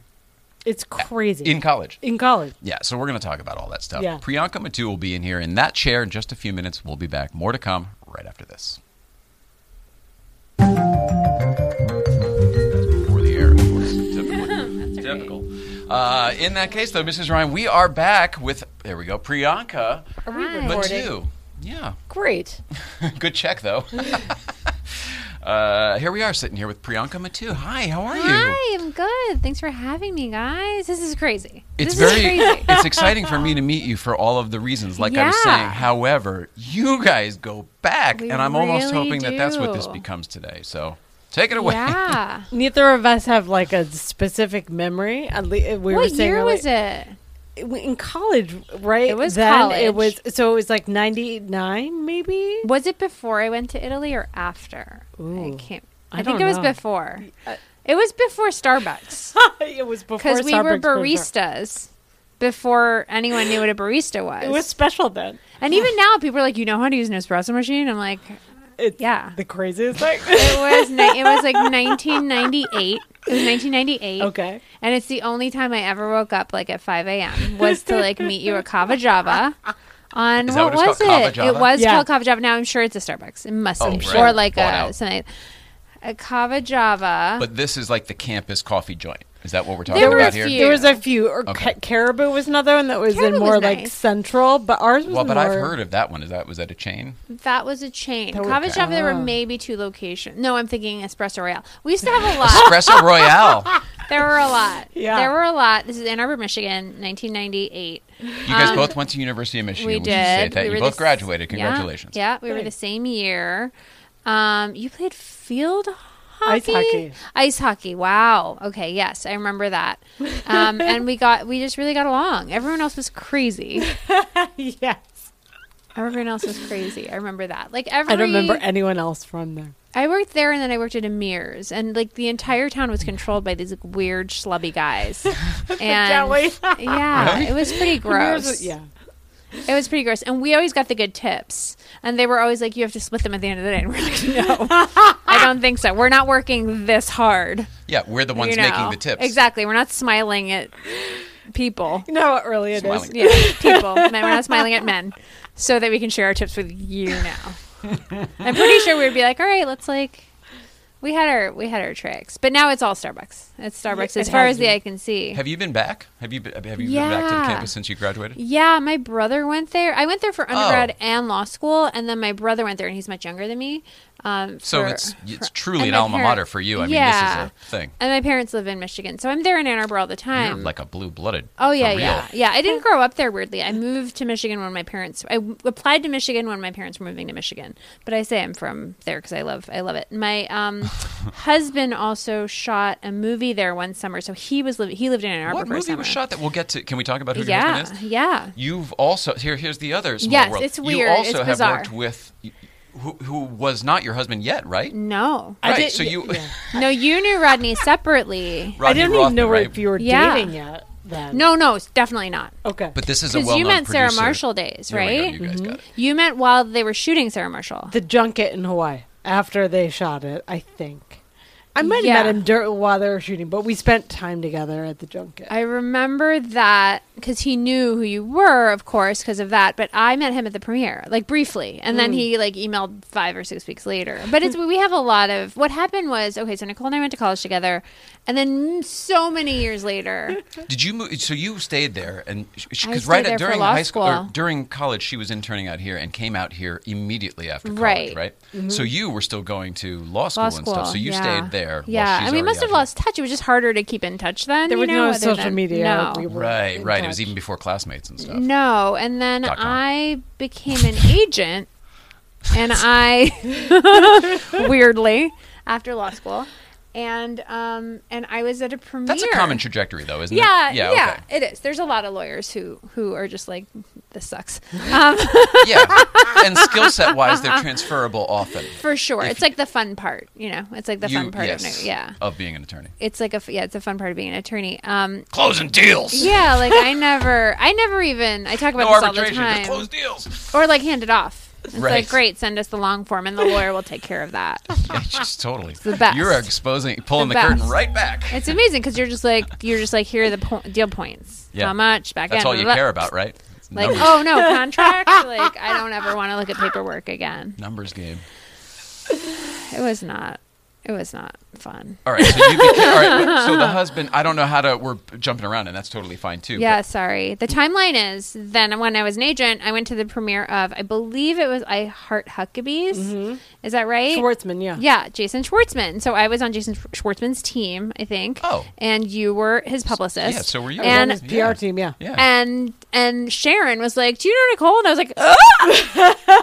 Speaker 2: It's crazy.
Speaker 1: in college.
Speaker 2: in college.
Speaker 1: Yeah, so we're going to talk about all that stuff.
Speaker 2: Yeah.
Speaker 1: Priyanka Matu will be in here in that chair in just a few minutes. We'll be back. More to come right after this. Before the air, of course. Typical. Typical. Uh, in that case, though, Mrs. Ryan, we are back with, there we go, Priyanka
Speaker 2: Are we
Speaker 4: Hi.
Speaker 2: recording?
Speaker 1: Matu. Yeah, [LAUGHS]
Speaker 2: Great.
Speaker 1: good check, though. [LAUGHS] uh, here we are sitting here with Priyanka Matu. Hi, how are you?
Speaker 4: Hi, I'm good. Thanks for having me, guys. This is crazy.
Speaker 1: It's
Speaker 4: this
Speaker 1: very [LAUGHS]
Speaker 4: is crazy.
Speaker 1: it's exciting for me to meet you for all of the reasons like I was
Speaker 4: Yeah.
Speaker 1: saying. However, you guys go back
Speaker 4: We
Speaker 1: and I'm almost
Speaker 4: really
Speaker 1: hoping that that's what this
Speaker 4: do.
Speaker 1: becomes today. So, take it away.
Speaker 4: yeah.
Speaker 2: Neither of us have like a specific memory. At le- we were
Speaker 4: what
Speaker 2: saying
Speaker 4: year
Speaker 2: earlier-
Speaker 4: was it?
Speaker 2: in college, right?
Speaker 4: It was
Speaker 2: then It was
Speaker 4: college.
Speaker 2: so it was like ninety nine, maybe. [LAUGHS]
Speaker 4: Was it before I went to Italy or after?
Speaker 2: Ooh.
Speaker 4: I can't.
Speaker 2: I
Speaker 4: I, think
Speaker 2: don't
Speaker 4: it was
Speaker 2: know.
Speaker 4: before. It was before Starbucks
Speaker 2: it was [LAUGHS] before
Speaker 4: because we were
Speaker 2: Starbucks was
Speaker 4: baristas before anyone knew what a barista was.
Speaker 2: there. It was special then. [LAUGHS]
Speaker 4: and even now, people are like, "You know how to use an espresso machine?" I'm like,
Speaker 2: It's
Speaker 4: "Yeah."
Speaker 2: the craziest thing.
Speaker 4: [LAUGHS] It was ni- it was like 1998. It was
Speaker 2: [LAUGHS]
Speaker 4: 1998.
Speaker 2: okay,
Speaker 4: And it's the only time I ever woke up like at 5 a.m. was to like meet you at Kava Java. On
Speaker 1: Is that
Speaker 4: what,
Speaker 1: what it's
Speaker 4: was
Speaker 1: called, Kava
Speaker 4: it?
Speaker 1: Java?
Speaker 4: It was
Speaker 2: Yeah.
Speaker 4: called Kava Java. Now I'm sure it's a Starbucks. It must
Speaker 1: Oh,
Speaker 4: be
Speaker 1: right.
Speaker 4: or like
Speaker 1: Bought
Speaker 4: a
Speaker 1: out.
Speaker 4: something. A Kava Java.
Speaker 1: [LAUGHS] But this is like the campus coffee joint. Is that what we're talking
Speaker 4: There were
Speaker 1: about
Speaker 4: a
Speaker 1: here?
Speaker 4: few.
Speaker 2: there was a few. Or
Speaker 1: Okay.
Speaker 2: Ca- Caribou was another one that was
Speaker 4: Caribou
Speaker 2: in
Speaker 4: was
Speaker 2: more like
Speaker 4: nice.
Speaker 2: central, but ours was
Speaker 1: Well, but
Speaker 2: more,
Speaker 1: I've heard of that one. Is that was that a chain?
Speaker 4: that was a chain.
Speaker 2: That was-
Speaker 4: Kava
Speaker 1: Okay.
Speaker 4: Java. There were
Speaker 2: Ah.
Speaker 4: maybe two locations. No, I'm thinking Espresso Royale. We used to have a
Speaker 2: [LAUGHS]
Speaker 4: lot. [LAUGHS]
Speaker 1: Espresso Royale.
Speaker 4: there were a lot.
Speaker 2: Yeah.
Speaker 4: There were a lot. This is Ann Arbor, Michigan, 1998.
Speaker 1: You guys both went to University of Michigan.
Speaker 4: Um, We
Speaker 1: should say
Speaker 4: did.
Speaker 1: that.
Speaker 4: We
Speaker 1: you
Speaker 4: were
Speaker 1: both
Speaker 4: the s-
Speaker 1: graduated.
Speaker 4: yeah,
Speaker 1: Congratulations.
Speaker 4: Yeah, we were the same year. Um, you played field hockey?
Speaker 2: Ice hockey.
Speaker 4: Ice hockey. Wow. Okay. Yes, I remember that. Um,
Speaker 2: [LAUGHS]
Speaker 4: and we got we just really got along. Everyone else was crazy.
Speaker 2: [LAUGHS] yes,
Speaker 4: Everyone else was crazy. I remember that. Like every
Speaker 2: I don't remember e- anyone else from there.
Speaker 4: I worked there and then I worked at Amir's and like the entire town was controlled by these like, weird
Speaker 2: [LAUGHS]
Speaker 4: schlubby guys. and
Speaker 2: Jelly.
Speaker 4: yeah, it was pretty
Speaker 2: Amir's
Speaker 4: gross.
Speaker 2: was- yeah,
Speaker 4: It was pretty gross. And we always got the good tips. And they were always like, you have to split them at the end of the day. And we're like,
Speaker 2: [LAUGHS]
Speaker 4: no, I don't think so. We're not working this hard.
Speaker 1: Yeah, we're the ones
Speaker 4: you know?
Speaker 1: making the tips.
Speaker 4: Exactly. We're not smiling at people.
Speaker 2: you know how early it is.
Speaker 1: Smiling.
Speaker 4: Yeah,
Speaker 2: [LAUGHS]
Speaker 4: people. Men. We're not smiling at men so that we can share our tips with you now. I'm pretty sure we would be like, all right, let's like, We had our we had our tricks, but now it's all Starbucks. It's Starbucks
Speaker 2: Yeah,
Speaker 4: as
Speaker 2: it
Speaker 4: far
Speaker 2: has
Speaker 4: as the
Speaker 2: been.
Speaker 4: eye can see.
Speaker 1: Have you been back? Have you been, have you been back to the
Speaker 4: Yeah.
Speaker 1: campus since you graduated?
Speaker 4: Yeah, my brother went there. I went there for undergrad
Speaker 1: Oh.
Speaker 4: and law school, and then my brother went there, and he's much younger than me. Um,
Speaker 1: So
Speaker 4: for-
Speaker 1: it's it's
Speaker 4: for-
Speaker 1: truly
Speaker 4: and
Speaker 1: an
Speaker 4: my
Speaker 1: alma
Speaker 4: parent-
Speaker 1: mater for you. I mean, this is a thing.
Speaker 4: And my parents live in Michigan, so I'm there in Ann Arbor all the
Speaker 1: You're
Speaker 4: time.
Speaker 1: like a blue blooded.
Speaker 4: Oh yeah, yeah, yeah. I didn't grow up there. Weirdly, I moved to Michigan when my parents. I w- applied to Michigan when my parents were moving to Michigan. But I say I'm from there because I love. I love it. My
Speaker 1: [LAUGHS]
Speaker 4: um, husband also shot a movie there one summer, so he was living. He lived in Ann Arbor
Speaker 1: What
Speaker 4: for a
Speaker 1: movie
Speaker 4: summer.
Speaker 1: was shot that? We'll get to. Can we talk about who your
Speaker 4: yeah,
Speaker 1: husband is?
Speaker 4: yeah.
Speaker 1: You've also here. Here's the other small
Speaker 4: Yes,
Speaker 1: world.
Speaker 4: it's
Speaker 1: You
Speaker 4: weird.
Speaker 1: also
Speaker 4: It's
Speaker 1: have
Speaker 4: bizarre.
Speaker 1: worked with who, who was not your husband yet, right?
Speaker 4: No,
Speaker 1: right.
Speaker 2: did-
Speaker 1: so you,
Speaker 2: yeah.
Speaker 4: no. You knew Rodney separately.
Speaker 1: Rodney
Speaker 2: I didn't
Speaker 1: Rothman,
Speaker 2: even know
Speaker 1: right?
Speaker 2: if you were
Speaker 4: Yeah.
Speaker 2: dating yet. Then
Speaker 4: No, no, it's definitely not.
Speaker 2: okay,
Speaker 1: But this is a
Speaker 4: Because
Speaker 1: well-known
Speaker 4: you meant Sarah
Speaker 1: producer.
Speaker 4: Marshall days,
Speaker 1: Here we go,
Speaker 4: right? Mm-hmm.
Speaker 1: You guys got it.
Speaker 4: You meant while they were shooting Sarah Marshall.
Speaker 2: the junket in Hawaii after they shot it, I think. I might
Speaker 4: Yeah.
Speaker 2: have met him dur- while they were shooting, but we spent time together at the junket.
Speaker 4: I remember that because he knew who you were, of course, because of that. But I met him at the premiere, like briefly, and then he like emailed five or six weeks later. But it's we have a lot of what happened was okay. So Nicole and I went to college together, and then so many years later,
Speaker 1: Did you move? So you stayed there, and
Speaker 4: I
Speaker 1: because
Speaker 4: stayed
Speaker 1: right
Speaker 4: there
Speaker 1: at,
Speaker 4: for
Speaker 1: during
Speaker 4: law
Speaker 1: high school, or
Speaker 4: school.
Speaker 1: during college, she was interning out here and came out here immediately after college, right?
Speaker 4: Right. Mm-hmm.
Speaker 1: So you were still going to law school,
Speaker 4: law school
Speaker 1: and stuff. So you
Speaker 4: yeah.
Speaker 1: stayed there. while
Speaker 4: Yeah,
Speaker 1: she's
Speaker 4: and we
Speaker 1: already
Speaker 4: must
Speaker 1: out
Speaker 4: have
Speaker 1: here.
Speaker 4: lost touch. It was just harder to keep in touch then.
Speaker 2: there
Speaker 4: you
Speaker 2: was
Speaker 4: know,
Speaker 2: no
Speaker 4: other
Speaker 2: social
Speaker 4: than-
Speaker 2: media.
Speaker 4: No.
Speaker 2: We were
Speaker 1: Right,
Speaker 2: in
Speaker 1: right. It was
Speaker 2: touch.
Speaker 1: even before classmates and stuff.
Speaker 4: No, and then
Speaker 1: Dot com.
Speaker 4: I became an agent, and I [LAUGHS] weirdly after law school, and um, and I was at a premiere.
Speaker 1: That's a common trajectory, though, isn't
Speaker 4: Yeah,
Speaker 1: it?
Speaker 4: yeah,
Speaker 1: yeah,
Speaker 4: it is. There's a lot of lawyers who who are just like, this sucks. Um,
Speaker 1: okay. yeah.
Speaker 4: [LAUGHS]
Speaker 1: And skill set wise, they're transferable often.
Speaker 4: for sure,
Speaker 1: If
Speaker 4: it's like the fun part, you know. It's like the
Speaker 1: you,
Speaker 4: fun part
Speaker 1: yes,
Speaker 4: of yeah.
Speaker 1: of being an attorney,
Speaker 4: It's like a f- yeah, it's a fun part of being an attorney. Um,
Speaker 1: closing deals.
Speaker 4: yeah, like I never, I never even I talk about
Speaker 1: no
Speaker 4: this all the
Speaker 1: arbitration,
Speaker 4: time.
Speaker 1: just close
Speaker 4: [LAUGHS]
Speaker 1: deals.
Speaker 4: or like hand it off. It's
Speaker 1: Right.
Speaker 4: like great, send us the long form, and the lawyer will take care of that.
Speaker 1: Yeah, just totally.
Speaker 4: the best.
Speaker 1: You're exposing, pulling the,
Speaker 4: The best.
Speaker 1: curtain right back.
Speaker 4: It's amazing because you're just like you're just like here are the po- deal points.
Speaker 1: Yeah.
Speaker 4: How much back
Speaker 1: That's
Speaker 4: end,
Speaker 1: all you
Speaker 4: blah, blah,
Speaker 1: care about, right? It's
Speaker 4: Like
Speaker 1: numbers,
Speaker 4: oh no contract. like I don't ever want to look at paperwork again.
Speaker 1: numbers game.
Speaker 4: It was not. It was not fun.
Speaker 1: All right, so you became, all right. So the husband, I don't know how to. We're jumping around, and that's totally fine too. but-
Speaker 4: Yeah, sorry. The timeline is then when I was an agent, I went to the premiere of I believe it was I Heart Huckabees. Is that right?
Speaker 2: Schwartzman, yeah.
Speaker 4: Yeah, Jason Schwartzman. So I was on Jason Schw- Schwartzman's team, I think.
Speaker 1: Oh.
Speaker 4: And you were his publicist.
Speaker 1: yeah, so were you.
Speaker 2: and
Speaker 4: And
Speaker 2: his PR
Speaker 1: Yeah.
Speaker 2: team, yeah.
Speaker 1: yeah.
Speaker 4: and and Sharon was like, "Do you know Nicole?" And I was like,
Speaker 2: [LAUGHS]
Speaker 4: "Ah!"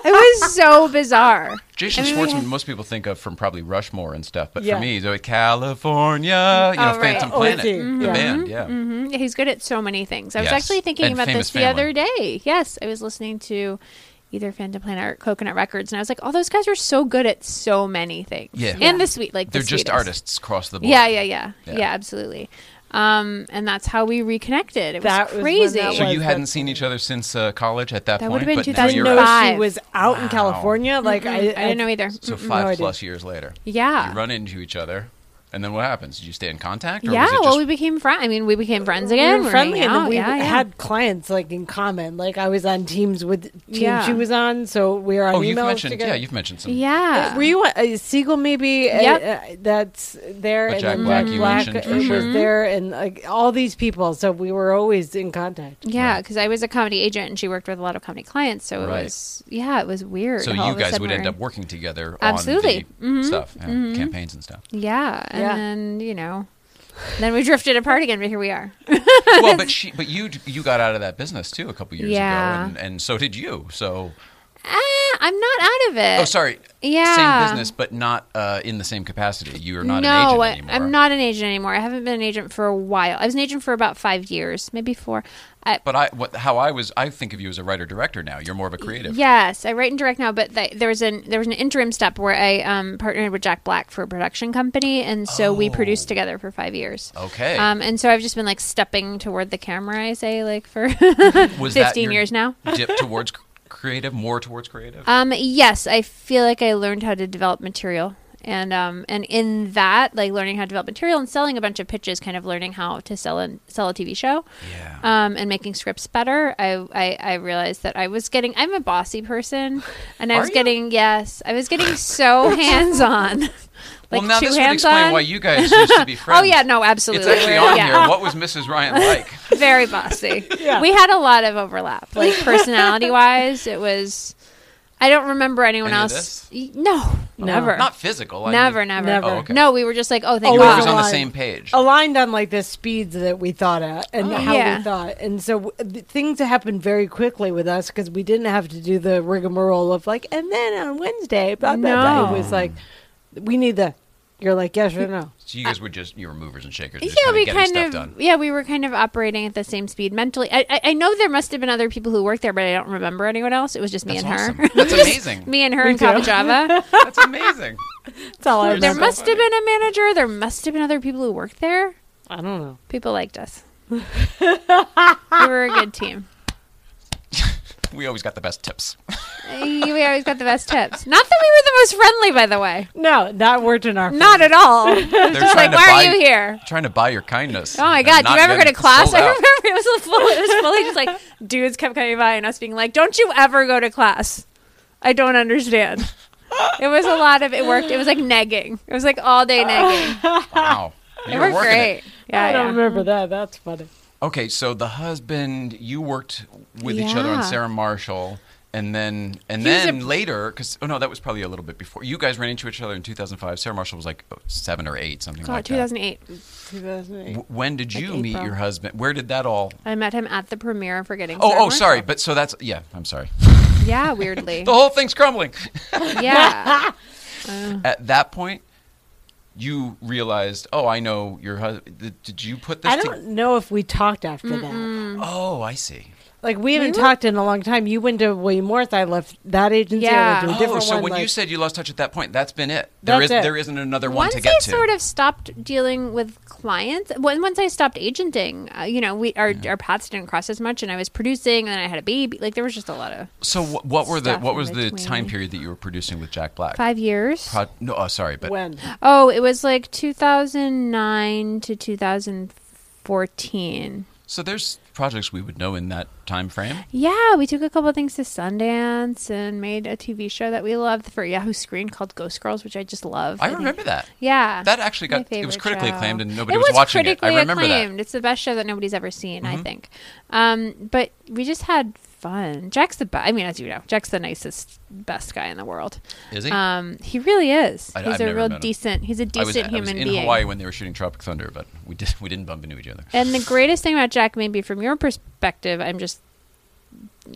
Speaker 4: "It was so bizarre."
Speaker 1: Jason
Speaker 4: I mean, we
Speaker 1: Schwartzman,
Speaker 4: had-
Speaker 1: most people think of from probably Rushmore and stuff, but
Speaker 2: Yeah.
Speaker 1: for me, Zoe California, you know,
Speaker 4: Oh, right. Mm-hmm.
Speaker 1: Phantom
Speaker 2: Oh,
Speaker 1: Planet,
Speaker 2: okay.
Speaker 1: the
Speaker 2: Yeah.
Speaker 1: band, yeah.
Speaker 4: Mhm. He's good at so many things. I was
Speaker 1: Yes.
Speaker 4: actually thinking
Speaker 1: And
Speaker 4: about
Speaker 1: Famous
Speaker 4: this the
Speaker 1: Family.
Speaker 4: other day. Yes, I was listening to either Phantom Planet or Coconut Records, and I was like, "All those guys are so good at so many things."
Speaker 1: Yeah. Yeah.
Speaker 4: and the sweet like the
Speaker 1: They're just
Speaker 4: sweetest.
Speaker 1: artists across the board.
Speaker 4: Yeah, yeah, yeah,
Speaker 1: Yeah.
Speaker 4: yeah, absolutely. Um, and that's how we reconnected. It was
Speaker 2: That was when
Speaker 4: crazy.
Speaker 2: that
Speaker 1: So
Speaker 2: was-
Speaker 1: you hadn't seen each other since uh, college at that,
Speaker 4: That
Speaker 1: point,
Speaker 4: would've been
Speaker 1: but now
Speaker 2: I didn't
Speaker 1: you're
Speaker 2: know
Speaker 4: 2005.
Speaker 1: out.
Speaker 2: she was out in California. Like Mm-hmm. I,
Speaker 4: Mm-hmm. I, didn't know either.
Speaker 1: So
Speaker 4: Mm-mm.
Speaker 1: five
Speaker 2: idea.
Speaker 1: plus years later,
Speaker 4: yeah,
Speaker 1: you run into each other, and then what happens? Did you stay in contact? Or
Speaker 4: yeah.
Speaker 1: was it
Speaker 4: well,
Speaker 1: just
Speaker 4: we became friends. I mean, we became friends
Speaker 2: We
Speaker 4: again.
Speaker 2: were
Speaker 4: We're
Speaker 2: friendly,
Speaker 4: hanging
Speaker 2: and then
Speaker 4: out.
Speaker 2: we
Speaker 4: yeah, yeah.
Speaker 2: had clients like in common. Like I was on teams with team
Speaker 4: Yeah.
Speaker 2: she was on, so we were on
Speaker 1: Oh,
Speaker 2: emails
Speaker 1: you've mentioned,
Speaker 2: together.
Speaker 1: yeah, you've mentioned some.
Speaker 4: yeah.
Speaker 2: Were you uh, Siegel? Maybe uh,
Speaker 4: Yep.
Speaker 2: uh, that's there.
Speaker 1: But
Speaker 2: and
Speaker 1: Jack
Speaker 2: then
Speaker 1: Black, you
Speaker 2: Black
Speaker 1: mentioned for
Speaker 2: was
Speaker 4: Mm-hmm.
Speaker 1: sure.
Speaker 2: there, and like all these people. So we were always in contact.
Speaker 4: yeah, because I was a comedy agent and she worked with a lot of comedy clients, so
Speaker 1: Right.
Speaker 4: it was yeah, it was weird.
Speaker 1: So
Speaker 4: how all
Speaker 1: you
Speaker 4: of a
Speaker 1: guys
Speaker 4: sudden
Speaker 1: would end
Speaker 4: we're-
Speaker 1: up working together
Speaker 4: Absolutely. Mm-hmm.
Speaker 1: on the stuff, yeah, campaigns and
Speaker 4: [LAUGHS]
Speaker 1: stuff.
Speaker 4: yeah, and
Speaker 2: Yeah.
Speaker 4: then you know, then we drifted apart again, but here
Speaker 1: [LAUGHS]
Speaker 4: we are.
Speaker 1: well, but she, but you, you got out of that business too a couple years
Speaker 4: Yeah.
Speaker 1: ago, and, and so did you. So,
Speaker 4: Ah, I'm not out of it.
Speaker 1: oh, sorry,
Speaker 4: Uh, Yeah.
Speaker 1: same business, but not uh, in the same capacity. You are not
Speaker 4: no,
Speaker 1: an agent
Speaker 4: I,
Speaker 1: anymore.
Speaker 4: I'm not an agent anymore. I haven't been an agent for a while. I was an agent for about five years, maybe four. I,
Speaker 1: But I, what, how I was, I think of you as a writer director now. You're more of a creative.
Speaker 4: Yes, I write and direct now, but th there was an there was an interim step where I um, partnered with Jack Black for a production company, and so we
Speaker 1: Oh.
Speaker 4: produced together for five years.
Speaker 1: Okay.
Speaker 4: Um, and so I've just been like stepping toward the camera, I say, like
Speaker 1: [LAUGHS]
Speaker 4: for [LAUGHS]
Speaker 1: was that
Speaker 4: 15
Speaker 1: your
Speaker 4: years now. [LAUGHS]
Speaker 1: Dip towards c- creative, more towards creative.
Speaker 4: Um, yes, I feel like I learned how to develop material. And um, and in that, like learning how to develop material and selling a bunch of pitches, kind of learning how to sell and sell a TV show,
Speaker 1: Yeah.
Speaker 4: um, and making scripts better. I, I I realized that I was getting. I'm a bossy person, and I
Speaker 1: Are
Speaker 4: was
Speaker 1: you? [LAUGHS]
Speaker 4: getting yes, I was getting so hands on.
Speaker 1: well,
Speaker 4: [LAUGHS] Like
Speaker 1: now
Speaker 4: two
Speaker 1: this would
Speaker 4: hands
Speaker 1: explain
Speaker 4: on.
Speaker 1: why you guys used
Speaker 4: [LAUGHS]
Speaker 1: to be friends.
Speaker 4: Oh yeah, no,
Speaker 1: It's
Speaker 4: absolutely.
Speaker 1: actually on
Speaker 4: yeah.
Speaker 1: here. What was Mrs.
Speaker 4: [LAUGHS]
Speaker 1: Ryan like?
Speaker 4: Very
Speaker 1: [LAUGHS]
Speaker 4: bossy.
Speaker 2: Yeah.
Speaker 4: We had a lot of overlap, like personality wise. It was. I don't remember anyone
Speaker 1: Any of Oh.
Speaker 4: else. Y- No, never,
Speaker 1: Not physical. I
Speaker 4: never, Oh.
Speaker 1: mean,
Speaker 4: never,
Speaker 2: Never.
Speaker 1: Oh, okay.
Speaker 4: No, we were just like, oh, thank
Speaker 1: You were
Speaker 2: Always
Speaker 4: God.
Speaker 1: always on the
Speaker 2: Wow.
Speaker 1: same page.
Speaker 2: aligned on like the speeds that we thought at and how
Speaker 4: Oh. Yeah.
Speaker 2: we thought and so w- th- things happened very quickly with us because we didn't have to do the rigmarole of like and then on wednesday blah, blah, blah.
Speaker 4: No.
Speaker 2: it was like we need the you're like yes or no
Speaker 1: so you guys were just you were movers and shakers. Just
Speaker 4: yeah, we
Speaker 1: kinda getting
Speaker 4: kind of
Speaker 1: stuff done.
Speaker 4: [LAUGHS] yeah, we were kind of operating at the same speed mentally. I, I I know there must have been other people who worked there, but I don't remember anyone else. It was just me
Speaker 1: That's
Speaker 4: and her, [LAUGHS]
Speaker 1: awesome. That's amazing.
Speaker 4: me and her
Speaker 2: [LAUGHS] Me
Speaker 4: and
Speaker 2: too.
Speaker 4: Kava Java.
Speaker 1: That's amazing.
Speaker 2: that's all i
Speaker 1: There's
Speaker 4: there
Speaker 1: so
Speaker 2: remember
Speaker 4: must
Speaker 1: funny.
Speaker 4: have been a manager. There must have been other people who worked there.
Speaker 2: i don't know
Speaker 4: People liked
Speaker 2: [LAUGHS]
Speaker 4: us. we were a good team.
Speaker 1: We always got the best
Speaker 4: [LAUGHS]
Speaker 1: tips.
Speaker 4: Eh, We always got the best tips. Not that we were the most friendly, by the way.
Speaker 2: no that worked in our
Speaker 4: Not
Speaker 1: [LAUGHS]
Speaker 4: at all.
Speaker 1: They're
Speaker 4: Just like, why are you here?
Speaker 1: Trying to buy your kindness.
Speaker 4: Oh my
Speaker 1: and
Speaker 4: god! Do
Speaker 1: not
Speaker 4: you ever go
Speaker 1: getting
Speaker 4: to class?
Speaker 1: sold
Speaker 4: I
Speaker 1: out.
Speaker 4: remember it was full. It was fully just like
Speaker 1: [LAUGHS]
Speaker 4: dudes kept coming by and us being like, "Don't you ever go to class? I don't understand." It was a lot of it worked. It was like negging. It was like all day negging. [LAUGHS]
Speaker 1: Wow. [LAUGHS] You
Speaker 4: It
Speaker 1: were
Speaker 4: worked
Speaker 1: working
Speaker 4: great.
Speaker 1: It.
Speaker 4: Yeah,
Speaker 2: i don't
Speaker 4: yeah.
Speaker 2: remember that that's funny
Speaker 1: Okay, so the husband you worked with each other on
Speaker 4: Yeah.
Speaker 1: Sarah Marshall, and then and
Speaker 4: He was a-
Speaker 1: then later because oh no, that was probably a little bit before. You guys ran into each other in 2005. Sarah Marshall was like oh, seven or eight, something
Speaker 4: God,
Speaker 1: like that.
Speaker 4: 2008.
Speaker 2: 2008
Speaker 1: W- When did you
Speaker 2: Like
Speaker 1: meet
Speaker 2: April.
Speaker 1: your husband? Where did that all?
Speaker 4: I met him at the premiere for getting.
Speaker 1: Oh,
Speaker 4: Sarah
Speaker 1: oh, sorry.
Speaker 4: Marshall.
Speaker 1: But so that's yeah. I'm
Speaker 4: [LAUGHS]
Speaker 1: sorry.
Speaker 4: yeah,
Speaker 1: [LAUGHS]
Speaker 4: weirdly.
Speaker 1: The whole thing's crumbling.
Speaker 4: yeah. Uh-huh.
Speaker 1: At that point, you realized, oh, I know your husband. Did you put this?
Speaker 2: i
Speaker 1: to-
Speaker 2: don't know if we talked after that
Speaker 1: oh, I see.
Speaker 2: like we haven't talked in a long time you went to william morris i left that agency I went
Speaker 4: Yeah.
Speaker 2: to a
Speaker 4: Oh,
Speaker 2: different
Speaker 1: Oh, so
Speaker 2: one,
Speaker 1: when you
Speaker 2: like-
Speaker 1: said you lost touch at that point, that's been it. There
Speaker 2: That's
Speaker 1: is-
Speaker 2: it.
Speaker 1: there isn't another one
Speaker 4: Once
Speaker 1: to get
Speaker 4: I
Speaker 1: to.
Speaker 4: sort of stopped dealing with clients, when, once I stopped agenting, uh, you know, we our, our paths didn't cross as much, and I was producing, and then I had a baby. Like there was just a lot of
Speaker 1: So wh- what were the
Speaker 4: stuff
Speaker 1: what
Speaker 4: in
Speaker 1: was the
Speaker 4: between.
Speaker 1: time period that you were producing with Jack Black?
Speaker 4: five years.
Speaker 1: Pro- no, oh, sorry, but
Speaker 2: when
Speaker 4: Oh, it was like 2009 to 2014.
Speaker 1: so there's projects we would know in that time frame.
Speaker 4: Yeah, we took a couple things to Sundance and made a TV show that we loved for Yahoo Screen called Ghost Girls, which I just love.
Speaker 1: I
Speaker 4: think-
Speaker 1: remember that.
Speaker 4: Yeah.
Speaker 1: That actually
Speaker 4: My
Speaker 1: got it was
Speaker 4: favorite
Speaker 1: critically
Speaker 4: show.
Speaker 1: acclaimed and nobody
Speaker 4: It
Speaker 1: was,
Speaker 4: was
Speaker 1: watching it.
Speaker 4: critically
Speaker 1: I remember
Speaker 4: acclaimed.
Speaker 1: that. Mm-hmm.
Speaker 4: It's the best show that nobody's ever seen, I think. Um, but we just had fun. Jack's the best. I mean, as you know, Jack's the nicest, best guy in the world.
Speaker 1: Is he?
Speaker 4: Um, he really is.
Speaker 1: I-
Speaker 4: he's
Speaker 1: I've
Speaker 4: a
Speaker 1: never
Speaker 4: real
Speaker 1: met him.
Speaker 4: decent. He's a
Speaker 1: I was,
Speaker 4: decent
Speaker 1: I
Speaker 4: human
Speaker 1: was in
Speaker 4: being.
Speaker 1: Hawaii when they were shooting Tropic Thunder, but we did we didn't bump into each other.
Speaker 4: And the greatest thing about Jack, maybe from your perspective, I'm just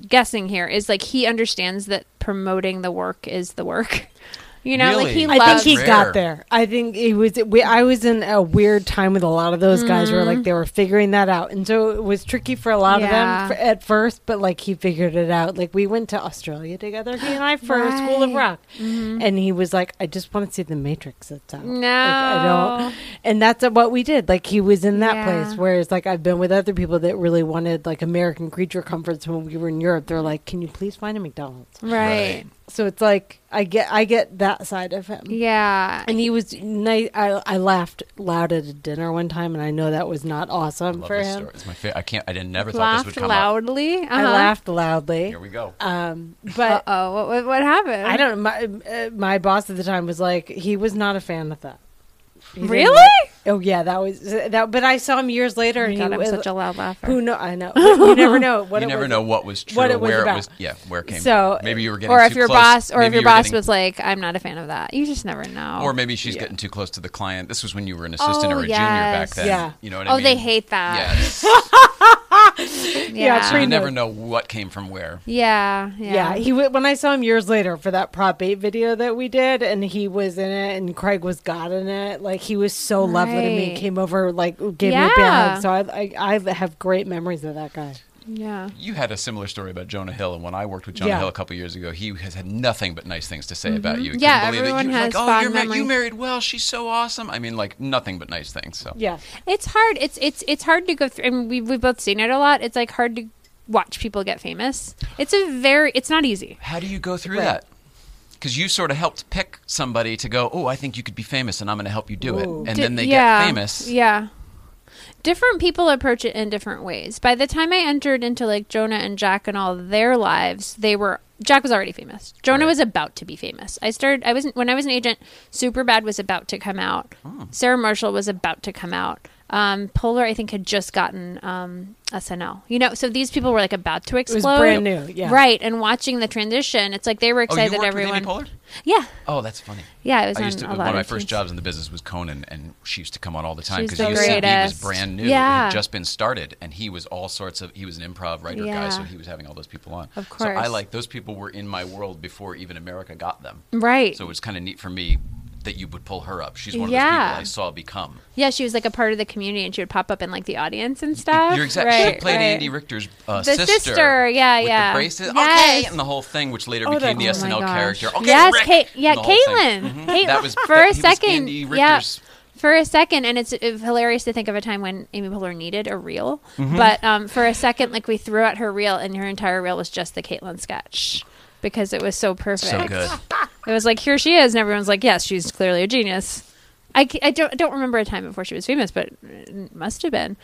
Speaker 4: guessing here, is like he understands that promoting the work is the work. [LAUGHS] You know, like he
Speaker 1: Really?
Speaker 2: I
Speaker 4: loves
Speaker 2: think he
Speaker 1: Rare.
Speaker 2: got there. I think it was. We, I was in a weird time with a lot of those guys where like they were figuring that out, and so it was tricky for a lot
Speaker 4: Yeah.
Speaker 2: of them for, at first. But like he figured it out. Like we went to Australia together, he and I, for School of
Speaker 4: Right.
Speaker 2: Rock, and he was like, "I just want to see the Matrix that's out." Like,
Speaker 4: No.
Speaker 2: and that's what we did. Like he was in that
Speaker 4: Oh. Yeah.
Speaker 2: place. Whereas like I've been with other people that really wanted like American creature comforts when we were in Europe. They're like, "Can you please find a McDonald's?"
Speaker 4: right.
Speaker 2: So it's like I get I get that side of him.
Speaker 4: Yeah.
Speaker 2: And he was nice. I, I laughed loud at a dinner one time, and I know that was not
Speaker 1: I
Speaker 2: awesome
Speaker 1: love
Speaker 2: for
Speaker 1: this
Speaker 2: him.
Speaker 1: story. It's my favorite. I can't. I didn't never thought this
Speaker 4: laughed
Speaker 1: would come up.
Speaker 4: loudly.
Speaker 2: I
Speaker 4: Uh-huh.
Speaker 2: laughed loudly.
Speaker 1: Here we go.
Speaker 2: Um,
Speaker 4: Uh
Speaker 2: but
Speaker 4: oh, what, what, what happened?
Speaker 2: I don't. My uh, my boss at the time was like, he was not a fan of that. He didn't
Speaker 4: Really?
Speaker 2: like- oh yeah, that was that. But I saw him years later, and
Speaker 4: Oh God,
Speaker 2: he
Speaker 4: I'm
Speaker 2: was
Speaker 4: such a loud laugher.
Speaker 2: who know. I know. You never know.
Speaker 1: [LAUGHS]
Speaker 2: What
Speaker 1: you
Speaker 2: it
Speaker 1: never
Speaker 2: was.
Speaker 1: know what was true,
Speaker 2: what it was
Speaker 1: where
Speaker 2: about.
Speaker 1: it was. Yeah, where it came.
Speaker 2: So-
Speaker 1: maybe you were getting
Speaker 4: or
Speaker 1: too
Speaker 4: if your
Speaker 1: close.
Speaker 4: boss, or if
Speaker 1: Maybe
Speaker 4: your
Speaker 1: you were
Speaker 4: boss
Speaker 1: getting-
Speaker 4: was like, "I'm not a fan of that," you just never know.
Speaker 1: Or maybe she's getting too close to the client. This was when you were an assistant
Speaker 4: Oh,
Speaker 1: or a junior back
Speaker 4: yes.
Speaker 1: then.
Speaker 2: Yeah.
Speaker 1: You know what I
Speaker 4: oh,
Speaker 1: mean?
Speaker 4: they hate that. [LAUGHS]
Speaker 1: Yes.
Speaker 4: Yeah,
Speaker 2: Yeah,
Speaker 1: So you
Speaker 2: Pretty
Speaker 1: never
Speaker 2: much.
Speaker 1: know what came from where.
Speaker 4: yeah,
Speaker 2: Yeah, he w- when I saw him years later for that Prop 8 video that we did, and he was in it, and Craig was God in it. Like he was so lovely to me.
Speaker 4: Right.
Speaker 2: Came over, like gave me a big
Speaker 4: Yeah.
Speaker 2: hug. So I, I, I have great memories of that guy.
Speaker 4: yeah.
Speaker 1: You had a similar story about Jonah Hill, and when I worked with Jonah
Speaker 2: Yeah.
Speaker 1: Hill a couple years ago, he has had nothing but nice things to say about you. He
Speaker 4: Mm-hmm. Yeah,
Speaker 1: couldn't believe it.
Speaker 4: everyone
Speaker 1: He was
Speaker 4: has
Speaker 1: like, oh,
Speaker 4: fond
Speaker 1: you're mar- you
Speaker 4: memories."
Speaker 1: married well. She's so awesome. I mean, like nothing but nice things. So
Speaker 2: Yeah,
Speaker 4: It's hard. It's it's it's hard to go through. And we we've both seen it a lot. It's like hard to watch people get famous. It's a very. It's not easy.
Speaker 1: how do you go through
Speaker 2: Right.
Speaker 1: that? Because you sort of helped pick somebody to go. Oh, I think you could be famous, and I'm going to help you do it. And
Speaker 4: Did-
Speaker 1: then they
Speaker 4: yeah,
Speaker 1: get famous.
Speaker 4: Yeah. different people approach it in different ways. By the time I entered into like Jonah and Jack and all their lives, they were Jack was already famous. Jonah
Speaker 1: Right.
Speaker 4: was about to be famous. I started I wasn't when I was an agent, Superbad was about to come out.
Speaker 1: Oh.
Speaker 4: Sarah Marshall was about to come out. Um, Polar, I think, had just gotten um, SNL. You know, so these people were like about to
Speaker 2: was
Speaker 4: explode.
Speaker 2: brand new, yeah.
Speaker 4: Right, and watching the transition, it's like they were
Speaker 1: Oh, you
Speaker 4: excited
Speaker 1: worked
Speaker 4: that
Speaker 1: with Amy
Speaker 4: everyone.
Speaker 1: Poehler?
Speaker 4: Yeah,
Speaker 1: Oh, that's funny.
Speaker 4: yeah. It was
Speaker 1: I
Speaker 4: on
Speaker 1: used to,
Speaker 4: a
Speaker 1: one
Speaker 4: lot
Speaker 1: of my
Speaker 4: things.
Speaker 1: first jobs in the business was Conan, and she used to come on all the time
Speaker 4: She's
Speaker 1: because
Speaker 4: the
Speaker 1: UCB was
Speaker 4: greatest.
Speaker 1: brand new. It
Speaker 4: Yeah.
Speaker 1: had just been started, and he was all sorts of. He was an improv writer guy,
Speaker 4: Yeah.
Speaker 1: so he was having all those people on.
Speaker 4: Of
Speaker 1: So I
Speaker 4: course.
Speaker 1: like those people were in my world before even America got them.
Speaker 4: Right.
Speaker 1: So it was kind of neat for me that you would pull her up. She's one of those
Speaker 4: Yeah.
Speaker 1: people I saw become.
Speaker 4: Yeah, she was like a part of the community, and she would pop up in like the audience and stuff.
Speaker 1: You're exactly.
Speaker 4: Right,
Speaker 1: she played
Speaker 4: right.
Speaker 1: Andy Richter's uh,
Speaker 4: The
Speaker 1: sister.
Speaker 4: sister, yeah,
Speaker 1: with
Speaker 4: yeah.
Speaker 1: The braces.
Speaker 4: Yes.
Speaker 1: Okay, and the whole thing, which later
Speaker 2: Oh,
Speaker 1: became the
Speaker 2: that's-
Speaker 4: Oh my
Speaker 1: SNL
Speaker 4: gosh.
Speaker 1: character. Okay,
Speaker 4: yes,
Speaker 1: Rick,
Speaker 4: Kate. Yeah,
Speaker 1: and the whole
Speaker 4: Caitlin.
Speaker 1: thing. Mhm.
Speaker 4: Caitlin.
Speaker 1: That was
Speaker 4: for a
Speaker 1: he was
Speaker 4: second.
Speaker 1: Andy
Speaker 4: yeah,
Speaker 1: Richter's
Speaker 4: for a second, and it's uh, hilarious to think of a time when Amy Poehler needed a reel.
Speaker 1: Mm-hmm.
Speaker 4: But um, for a second, like we threw out her reel, and her entire reel was just the Caitlin sketch because it was so perfect.
Speaker 1: So good.
Speaker 4: It was like here she is, and everyone's like, yes, she's clearly a genius. I, ca- I don't don't remember a time before she was famous, but it must have been.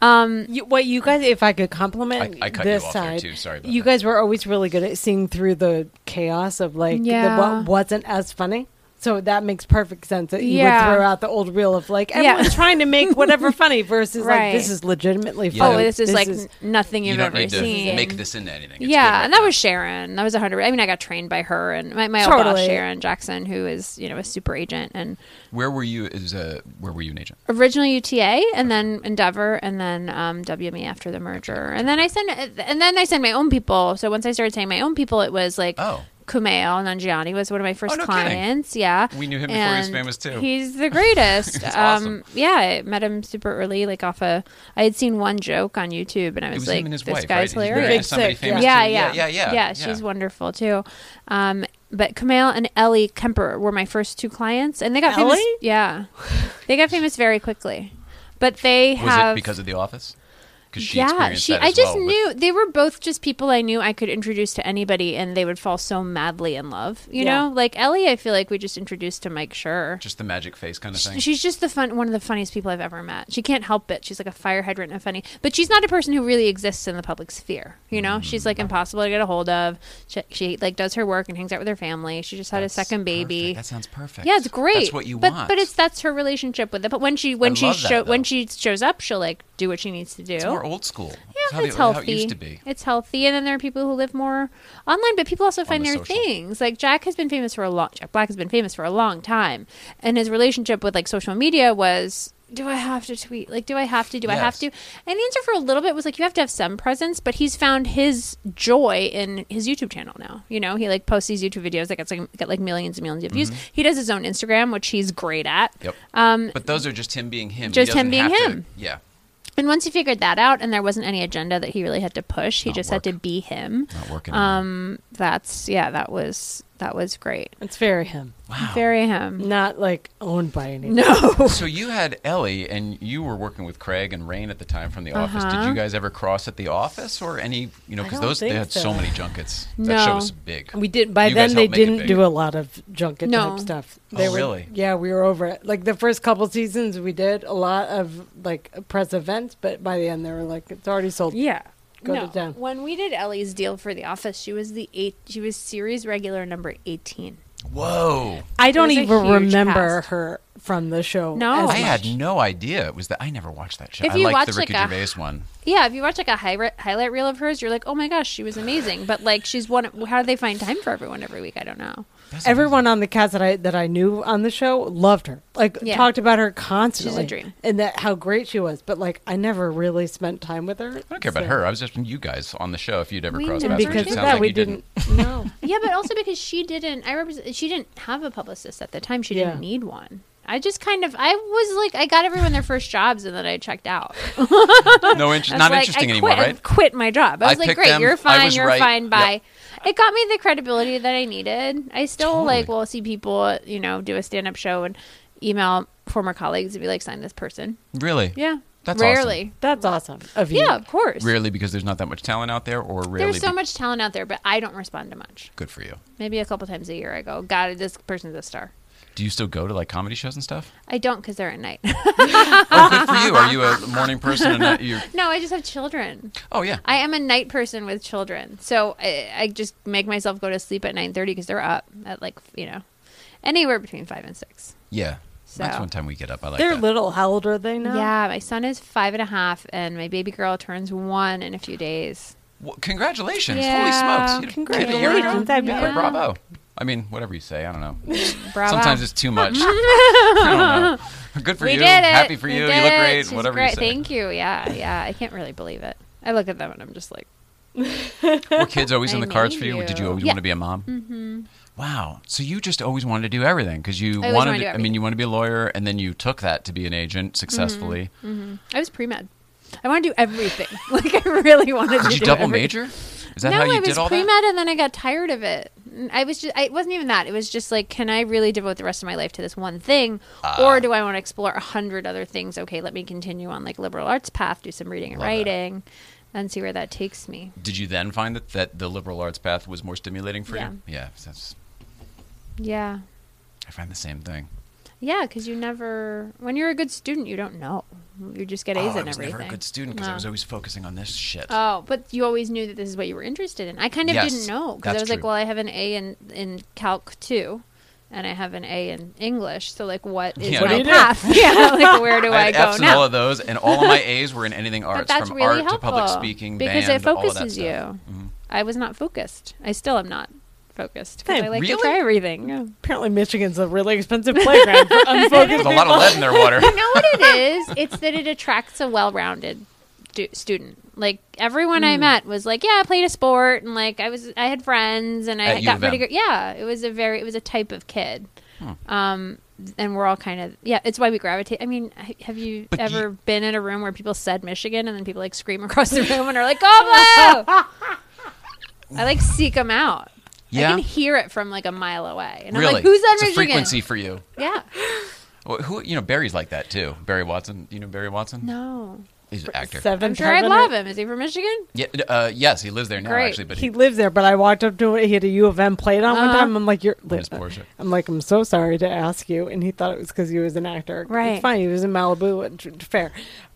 Speaker 4: Um,
Speaker 2: You, what you guys, if I could compliment
Speaker 1: I- I cut you
Speaker 2: this
Speaker 1: off there,
Speaker 2: side,
Speaker 1: too. Sorry about
Speaker 2: you
Speaker 1: that.
Speaker 2: guys were always really good at seeing through the chaos of like the,
Speaker 4: Yeah.
Speaker 2: what wasn't as funny. So that makes perfect sense that you
Speaker 4: Yeah.
Speaker 2: would throw out the old reel of like
Speaker 4: Yeah.
Speaker 2: everyone's trying to make
Speaker 4: [LAUGHS]
Speaker 2: whatever funny versus like
Speaker 4: Right.
Speaker 2: this is legitimately
Speaker 1: Yeah.
Speaker 2: funny.
Speaker 4: Oh, this is like n nothing
Speaker 1: You,
Speaker 4: you've
Speaker 1: don't
Speaker 4: ever
Speaker 1: need to
Speaker 4: seen.
Speaker 1: make this into anything. It's good
Speaker 4: yeah,
Speaker 1: right
Speaker 4: and that
Speaker 1: now.
Speaker 4: was Sharon. That was a hundred. I mean, I got trained by her and my, my old boss,
Speaker 2: Totally.
Speaker 4: Sharon Jackson, who is you know a super agent and
Speaker 1: Where were you? Is uh, where were you an agent?
Speaker 4: originally UTA and then Endeavor and then um, WME after the merger. And then I sent and then I sent my own people. So once I started saying my own people, it was like
Speaker 1: Oh.
Speaker 4: Kumail Nanjiani was one of my first
Speaker 1: Oh, no kidding.
Speaker 4: clients. Yeah,
Speaker 1: We knew him before he was
Speaker 4: And
Speaker 1: famous, too.
Speaker 4: He's the
Speaker 1: [LAUGHS]
Speaker 4: greatest.
Speaker 1: That's awesome.
Speaker 4: um, yeah, I met him super early, like off a. I had seen one joke on YouTube, and I
Speaker 1: It
Speaker 4: was,
Speaker 1: was
Speaker 4: like,
Speaker 1: him and his
Speaker 4: "This
Speaker 1: wife.
Speaker 4: guy's
Speaker 1: right? He's married
Speaker 4: hilarious."
Speaker 1: to
Speaker 2: Big
Speaker 1: Somebody
Speaker 2: Sick,
Speaker 1: famous
Speaker 4: yeah,
Speaker 1: too.
Speaker 4: yeah,
Speaker 1: yeah, yeah,
Speaker 4: yeah. She's wonderful too. Um, but Kamel and Ellie Kemper were my first two clients, and they got famous.
Speaker 2: Ellie?
Speaker 4: Yeah, they got famous very quickly. But they
Speaker 1: Was
Speaker 4: have
Speaker 1: it because of The Office? Because she
Speaker 4: yeah,
Speaker 1: experienced
Speaker 4: she.
Speaker 1: that
Speaker 4: I
Speaker 1: as
Speaker 4: just
Speaker 1: well with-
Speaker 4: knew they were both just people I knew I could introduce to anybody, and they would fall so madly in love. You
Speaker 2: Yeah.
Speaker 4: know, like Ellie, I feel like we just introduced to Mike Sure.
Speaker 1: just the magic face kind of
Speaker 4: Sh-
Speaker 1: thing.
Speaker 4: She's just the fun one of the funniest people I've ever met. She can't help it. She's like a fire hydrant and funny, but she's not a person who really exists in the public sphere. You know, she's
Speaker 1: Mm-hmm.
Speaker 4: like impossible to get a hold of. She, she like does her work and hangs out with her family. She just had
Speaker 1: That's
Speaker 4: a second baby.
Speaker 1: perfect. That sounds perfect.
Speaker 4: Yeah, it's great.
Speaker 1: That's what you
Speaker 4: but,
Speaker 1: want.
Speaker 4: But it's that's her relationship with it. But when she when
Speaker 1: I
Speaker 4: she
Speaker 1: love that,
Speaker 4: show when
Speaker 1: though.
Speaker 4: she shows up, she'll like do what she needs to do.
Speaker 1: It's more old school. it's
Speaker 4: Yeah,
Speaker 1: how,
Speaker 4: it's
Speaker 1: they, how
Speaker 4: healthy.
Speaker 1: it used to be.
Speaker 4: It's healthy, and then there are people who live more online, but people also find
Speaker 1: the
Speaker 4: their
Speaker 1: social.
Speaker 4: things. Like Jack has been famous for a long. Jack Black has been famous for a long time, and his relationship with like social media was. Do I have to tweet? Like, do I have to? Do I have
Speaker 1: Yes.
Speaker 4: to? And the answer for a little bit was like, you have to have some presence, but he's found his joy in his YouTube channel now. You know, he like posts these YouTube videos that gets like, get like millions and millions of views. He does his own Instagram, which he's great at.
Speaker 1: Mm-hmm. Yep.
Speaker 4: Um,
Speaker 1: but those are just him being him. He
Speaker 4: just
Speaker 1: doesn't
Speaker 4: him being
Speaker 1: have to-
Speaker 4: him.
Speaker 1: yeah.
Speaker 4: and once he figured that out, and there wasn't any agenda that he really had to push, he
Speaker 1: Not
Speaker 4: just
Speaker 1: work.
Speaker 4: had to be him.
Speaker 1: Not working.
Speaker 4: Um, that's yeah, that was that was great.
Speaker 2: it's very him,
Speaker 1: wow.
Speaker 4: Very him.
Speaker 2: not like owned by anyone.
Speaker 4: No.
Speaker 1: [LAUGHS] So you had Ellie, and you were working with Craig and Rain at the time from the office. Did
Speaker 4: Uh-huh.
Speaker 1: you guys ever cross at the office or any? You know,
Speaker 2: I
Speaker 1: because
Speaker 2: don't
Speaker 1: those they
Speaker 2: think
Speaker 1: had so.
Speaker 2: so.
Speaker 1: many junkets. That
Speaker 4: No.
Speaker 1: show was big.
Speaker 2: We did by
Speaker 1: You guys
Speaker 2: then they
Speaker 1: helped make it
Speaker 2: didn't
Speaker 1: big.
Speaker 2: do a lot of junket
Speaker 4: No.
Speaker 2: type stuff.
Speaker 1: Oh,
Speaker 2: They were,
Speaker 1: really?
Speaker 2: Yeah, we were over it. Like the first couple seasons, we did a lot of like press events, but by the end, they were like, it's already sold.
Speaker 4: Yeah.
Speaker 2: Go
Speaker 4: no.
Speaker 2: to town.
Speaker 4: When we did Ellie's deal for the office, she was the eight. She was series regular number eighteen.
Speaker 1: Whoa!
Speaker 2: I don't
Speaker 4: was a
Speaker 2: even
Speaker 4: huge
Speaker 2: remember
Speaker 4: cast.
Speaker 2: her from the show.
Speaker 4: No.
Speaker 2: as
Speaker 1: I had
Speaker 2: much.
Speaker 1: no idea it was that. I never watched that show.
Speaker 4: If
Speaker 1: I
Speaker 4: you
Speaker 1: liked the
Speaker 4: watch, like,
Speaker 1: Ricky
Speaker 4: a-
Speaker 1: Gervais one.
Speaker 4: Yeah, if you watch like a hi- highlight reel of hers, you're like, oh my gosh, she was amazing. But like, she's one. How do they find time for everyone every week? I don't know.
Speaker 1: That's
Speaker 2: Everyone on the cast that I that I knew on the show loved her. Like
Speaker 4: Yeah.
Speaker 2: talked about her constantly.
Speaker 4: dream.
Speaker 2: And that how great she was. But like I never really spent time with her.
Speaker 1: I don't care about her. I was just you guys on the show. If you'd ever
Speaker 4: We
Speaker 1: crossed
Speaker 4: never
Speaker 1: paths, which
Speaker 2: Because
Speaker 1: it
Speaker 2: of
Speaker 4: did.
Speaker 1: sounds
Speaker 2: that
Speaker 1: like
Speaker 2: we
Speaker 1: you didn't. [LAUGHS]
Speaker 2: didn't no.
Speaker 4: yeah, but also because she didn't. I represent. She didn't have a publicist at the time. She
Speaker 2: Yeah.
Speaker 4: didn't need one. I just kind of. I was like, I got everyone their first jobs, and then I checked out.
Speaker 1: No interest.
Speaker 4: [LAUGHS] I was
Speaker 1: Not
Speaker 4: like,
Speaker 1: interesting
Speaker 4: I
Speaker 1: anymore,
Speaker 4: quit, I
Speaker 1: right?
Speaker 4: quit my job. I
Speaker 1: I
Speaker 4: was like,
Speaker 1: picked
Speaker 4: great,
Speaker 1: them. I
Speaker 4: you're fine,
Speaker 1: was
Speaker 4: you're
Speaker 1: right.
Speaker 4: fine, bye. It got me the credibility that I needed. I still like will see people, you know, do a stand up show and email former colleagues and be like, sign this person.
Speaker 1: Really?
Speaker 4: Yeah.
Speaker 1: That's awesome.
Speaker 4: rarely.
Speaker 2: That's awesome. Of you.
Speaker 4: Yeah, of course.
Speaker 1: Rarely because there's not that much talent out there, or rarely.
Speaker 4: There's so
Speaker 1: be-
Speaker 4: much talent out there, but I don't respond to much.
Speaker 1: Good for you.
Speaker 4: Maybe a couple times a year I go, God, this person's a star.
Speaker 1: Do you still go to like comedy shows and stuff?
Speaker 4: I don't because they're at night. [LAUGHS]
Speaker 1: Oh, good for you. Are you a morning person? And not, you
Speaker 4: no, I just have children.
Speaker 1: oh yeah.
Speaker 4: I am a night person with children, so I, I just make myself go to sleep at nine thirty because they're up at like you know, anywhere between five and six.
Speaker 1: Yeah. That's
Speaker 4: So-
Speaker 1: one time we get up. I like
Speaker 2: They're
Speaker 1: that.
Speaker 2: little. How old are they now?
Speaker 4: Yeah, my son is five and a half, and my baby girl turns one in a few days.
Speaker 1: Well, congratulations.
Speaker 4: Yeah,
Speaker 1: Holy smokes. You did it a year ago?
Speaker 2: congratulations. That'd be
Speaker 1: Yeah,
Speaker 2: great.
Speaker 1: Bravo. I mean, whatever you say. I don't know.
Speaker 4: Bravo.
Speaker 1: Sometimes it's too
Speaker 4: [LAUGHS]
Speaker 1: much. I don't know. Good for
Speaker 4: we
Speaker 1: you.
Speaker 4: did it.
Speaker 1: Happy for you.
Speaker 4: We
Speaker 1: You
Speaker 4: did
Speaker 1: look
Speaker 4: it.
Speaker 1: great.
Speaker 4: She's
Speaker 1: whatever
Speaker 4: great.
Speaker 1: you say.
Speaker 4: Thank you. Yeah, yeah. I can't really believe it. I look at them and I'm just like,
Speaker 1: Were kids always in
Speaker 4: I
Speaker 1: the cards for
Speaker 4: made
Speaker 1: you? Did you
Speaker 4: you.
Speaker 1: always
Speaker 4: Yeah.
Speaker 1: want to be a mom? Mm-hmm. Wow. So you just always wanted to do everything because you
Speaker 4: always
Speaker 1: wanted.
Speaker 4: wanted to do
Speaker 1: I mean,
Speaker 4: everything. Mm-hmm.
Speaker 1: you want to be a lawyer, and then you took that to be an agent successfully.
Speaker 4: I was pre med. I want to do everything. [LAUGHS] like I really [LAUGHS] wanted to.
Speaker 1: Did you
Speaker 4: do
Speaker 1: double
Speaker 4: everything.
Speaker 1: major? Is that
Speaker 4: no,
Speaker 1: how you
Speaker 4: I was
Speaker 1: did all
Speaker 4: pre-med
Speaker 1: that?
Speaker 4: and then I got tired of it. And I was just I, it wasn't even that. It was just like, can I really devote the rest of my life to this one thing,
Speaker 1: Ah.
Speaker 4: or do I want to explore a hundred other things? Okay, let me continue on like liberal arts path, do some reading and
Speaker 1: Love that.
Speaker 4: writing, and see where that takes me.
Speaker 1: Did you then find that, that the liberal arts path was more stimulating for
Speaker 4: Yeah.
Speaker 1: you? Yeah. That's,
Speaker 4: Yeah,
Speaker 1: I find the same thing.
Speaker 4: yeah, because you never when you're a good student, you don't know. You just get A's
Speaker 1: oh,
Speaker 4: in
Speaker 1: I was
Speaker 4: everything.
Speaker 1: never a good student because I
Speaker 4: No.
Speaker 1: was always focusing on this shit.
Speaker 4: Oh, but you always knew that this is what you were interested in. I kind of
Speaker 1: Yes,
Speaker 4: didn't know because I
Speaker 1: that's
Speaker 4: was like,
Speaker 1: true.
Speaker 4: well, I have an A in in calc two, and I have an A in English. So like, what is
Speaker 1: Yeah,
Speaker 4: my
Speaker 1: What
Speaker 2: do you do?
Speaker 4: path? [LAUGHS] yeah, like where do
Speaker 1: [LAUGHS] I
Speaker 4: I,
Speaker 1: had
Speaker 4: go
Speaker 1: F's in all
Speaker 4: now?
Speaker 1: of those, and all
Speaker 4: [LAUGHS]
Speaker 1: of my A's were in anything
Speaker 4: But
Speaker 1: arts,
Speaker 4: that's
Speaker 1: from
Speaker 4: really
Speaker 1: art to
Speaker 4: helpful
Speaker 1: public speaking,
Speaker 4: because
Speaker 1: band,
Speaker 4: it focuses
Speaker 1: all of that
Speaker 4: you.
Speaker 1: stuff. Mm-hmm.
Speaker 4: I was not focused. I still am not focused because
Speaker 2: Hey,
Speaker 4: I like
Speaker 1: really?
Speaker 4: to try everything. Yeah.
Speaker 2: Apparently, Michigan's a really
Speaker 4: [LAUGHS]
Speaker 2: expensive playground for unfocused
Speaker 1: There's a lot of lead in their water.
Speaker 4: you know what it is? It's that it attracts a well-rounded du- student. Like everyone
Speaker 1: Hmm.
Speaker 4: I met was like, yeah, I played a sport, and like I was, I had friends, and I
Speaker 1: At U
Speaker 4: got
Speaker 1: of
Speaker 4: pretty
Speaker 1: M.
Speaker 4: good. Yeah, it was a very, it was a type of kid. Um, and we're all kind of yeah. It's why we gravitate. I mean, h- have you
Speaker 1: But
Speaker 4: ever
Speaker 1: you-
Speaker 4: been in a room where people said Michigan, and then people like scream across the room and are like, "Go
Speaker 1: [LAUGHS]
Speaker 4: blue!" I like seek them out. I
Speaker 1: Yeah,
Speaker 4: can hear it from like a mile away, and
Speaker 1: really.
Speaker 4: I'm like, "Who's on
Speaker 1: it's a
Speaker 4: Michigan?"
Speaker 1: frequency for you.
Speaker 4: Yeah.
Speaker 1: Well, who you know? Barry's like that too. Barry Watson. You know Barry Watson?
Speaker 4: No.
Speaker 1: He's an actor.
Speaker 2: Seven
Speaker 4: I'm sure I'd
Speaker 2: seven-
Speaker 4: love him. Is he from Michigan?
Speaker 1: Yeah. Uh, yes, he lives there now
Speaker 4: Great.
Speaker 1: actually, but
Speaker 2: He
Speaker 1: he,
Speaker 2: lives there, but I walked up to him. He had a U of M plate on one
Speaker 4: Uh-huh.
Speaker 2: time. I'm like, you're.
Speaker 1: Miss Portia.
Speaker 2: I'm like, I'm so sorry to ask you, and he thought it was because he was an actor.
Speaker 4: Right.
Speaker 2: it's fine. He was in Malibu, and tr- fair.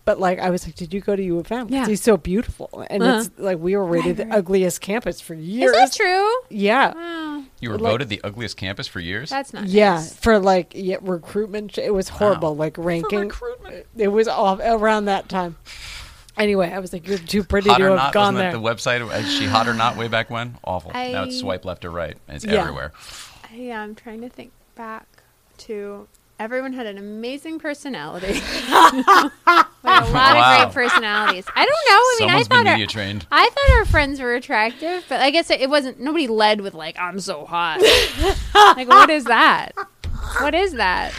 Speaker 2: But like, I was like, did you go to U of M? 'Cause
Speaker 4: Yeah. Uh-huh.
Speaker 2: he's so beautiful, and it's like we were rated the ugliest campus for years.
Speaker 4: Is that true?
Speaker 2: Yeah.
Speaker 4: Oh,
Speaker 1: you were
Speaker 2: like-
Speaker 1: voted the ugliest campus for years.
Speaker 4: that's not.
Speaker 2: Yeah,
Speaker 4: nice.
Speaker 2: for like yeah, recruitment. sh- It was horrible. Like ranking,
Speaker 1: recruitment?
Speaker 2: it was off around that time. Anyway, I was like, "You're too pretty
Speaker 1: Hot
Speaker 2: to
Speaker 1: or
Speaker 2: have
Speaker 1: not?
Speaker 2: gone
Speaker 1: Wasn't
Speaker 2: there."
Speaker 1: that the website? Is she hot or not? Way back when? Awful. Now it's
Speaker 4: I-
Speaker 1: swipe left or right. and It's
Speaker 2: Yeah.
Speaker 1: everywhere.
Speaker 4: Yeah, I'm trying to think back to everyone had an amazing personality. [LAUGHS] We had a lot
Speaker 1: [LAUGHS] Wow.
Speaker 4: of great personalities. I don't know. I mean,
Speaker 1: Someone's
Speaker 4: I
Speaker 1: been
Speaker 4: thought
Speaker 1: media
Speaker 4: our,
Speaker 1: trained.
Speaker 4: I thought our friends were attractive, but I guess it, it wasn't. Nobody led with like, "I'm so [LAUGHS] hot." like, what is that? What is that?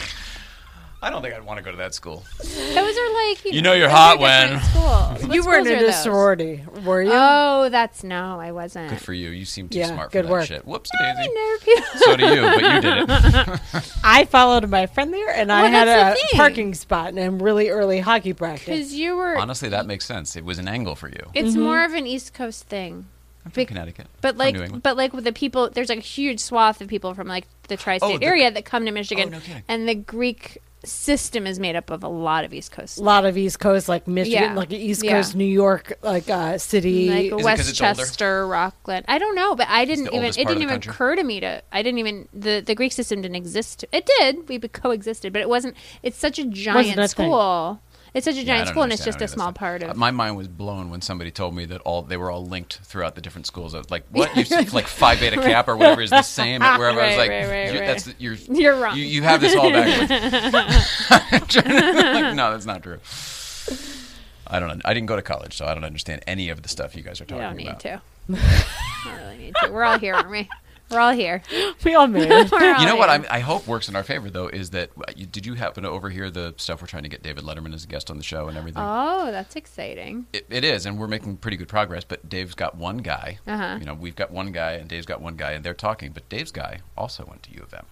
Speaker 1: I don't think I'd want to go to that school.
Speaker 4: Those are like you,
Speaker 1: You know you're
Speaker 4: those
Speaker 1: hot
Speaker 4: are different schools. What
Speaker 2: you weren't
Speaker 4: schools
Speaker 2: in
Speaker 4: are
Speaker 2: a
Speaker 4: those?
Speaker 2: sorority, were you?
Speaker 4: Oh, that's no, I wasn't.
Speaker 1: Good for you. You seem too
Speaker 2: Yeah,
Speaker 1: smart
Speaker 2: good
Speaker 1: for that
Speaker 2: work.
Speaker 1: shit. Whoops, daisy.
Speaker 4: I know people.
Speaker 1: So do you, but you did it.
Speaker 2: [LAUGHS] I followed my friend there, and I
Speaker 4: Well,
Speaker 2: had a
Speaker 4: that's the thing.
Speaker 2: parking spot and really early hockey practice.
Speaker 4: Because you were.
Speaker 1: Honestly, that makes sense. It was an angle for you.
Speaker 4: it's more of an East Coast thing.
Speaker 1: I'm from
Speaker 4: Bec-
Speaker 1: Connecticut.
Speaker 4: But
Speaker 1: from
Speaker 4: like,
Speaker 1: New England.
Speaker 4: but like with the people, there's like a huge swath of people from like the tri-state
Speaker 1: Oh, the- Oh,
Speaker 4: area that come to Michigan,
Speaker 1: no kidding.
Speaker 4: and the Greek system is made up of a lot of East Coast,
Speaker 2: a lot of East Coast, like Michigan,
Speaker 4: Yeah.
Speaker 2: like East
Speaker 4: Yeah.
Speaker 2: Coast, New York, like uh, city.
Speaker 1: Is
Speaker 4: like
Speaker 1: it 'cause it's older?
Speaker 4: Westchester, Rockland. I don't know, but I didn't
Speaker 1: the
Speaker 4: even it
Speaker 1: oldest part of
Speaker 4: didn't
Speaker 1: the
Speaker 4: even
Speaker 1: country.
Speaker 4: occur to me to I didn't even the the Greek system didn't exist. It did, we coexisted, but it wasn't. It's such a giant
Speaker 2: a thing.
Speaker 4: school. It's such a
Speaker 1: Yeah, I
Speaker 4: giant
Speaker 1: don't
Speaker 4: school, and it's
Speaker 1: understand
Speaker 4: just
Speaker 1: how
Speaker 4: a
Speaker 1: any of
Speaker 4: small
Speaker 1: that
Speaker 4: part
Speaker 1: stuff-
Speaker 4: of.
Speaker 1: Uh, My mind was blown when somebody told me that all they were all linked throughout the different schools. I was like, what? You see, like Phi
Speaker 4: [LAUGHS]
Speaker 1: Beta Kappa or whatever is the same at wherever. I was
Speaker 4: Right,
Speaker 1: like,
Speaker 4: right, right,
Speaker 1: you,
Speaker 4: right.
Speaker 1: that's you're
Speaker 4: [LAUGHS] You're wrong.
Speaker 1: You, you have this all
Speaker 4: [LAUGHS]
Speaker 1: backwards. [LAUGHS] like, no, that's not true. I don't. know. I didn't go to college, so I don't understand any of the stuff you guys are
Speaker 4: I
Speaker 1: talking
Speaker 4: don't need
Speaker 1: about.
Speaker 4: to. [LAUGHS] I don't really need to. We're all here, aren't we? We're all here.
Speaker 2: [LAUGHS] we all
Speaker 4: [LAUGHS]
Speaker 2: married.
Speaker 4: We're all
Speaker 1: You know what?
Speaker 4: here.
Speaker 1: I'm, I hope works in our favor though is that uh, you, did you happen to overhear the stuff we're trying to get David Letterman as a guest on the show and everything?
Speaker 4: Oh, that's exciting.
Speaker 1: it, it is, and we're making pretty good progress. But Dave's got one guy.
Speaker 4: Uh-huh.
Speaker 1: You know, we've got one guy, and Dave's got one guy, and they're talking. But Dave's guy also went to U of M.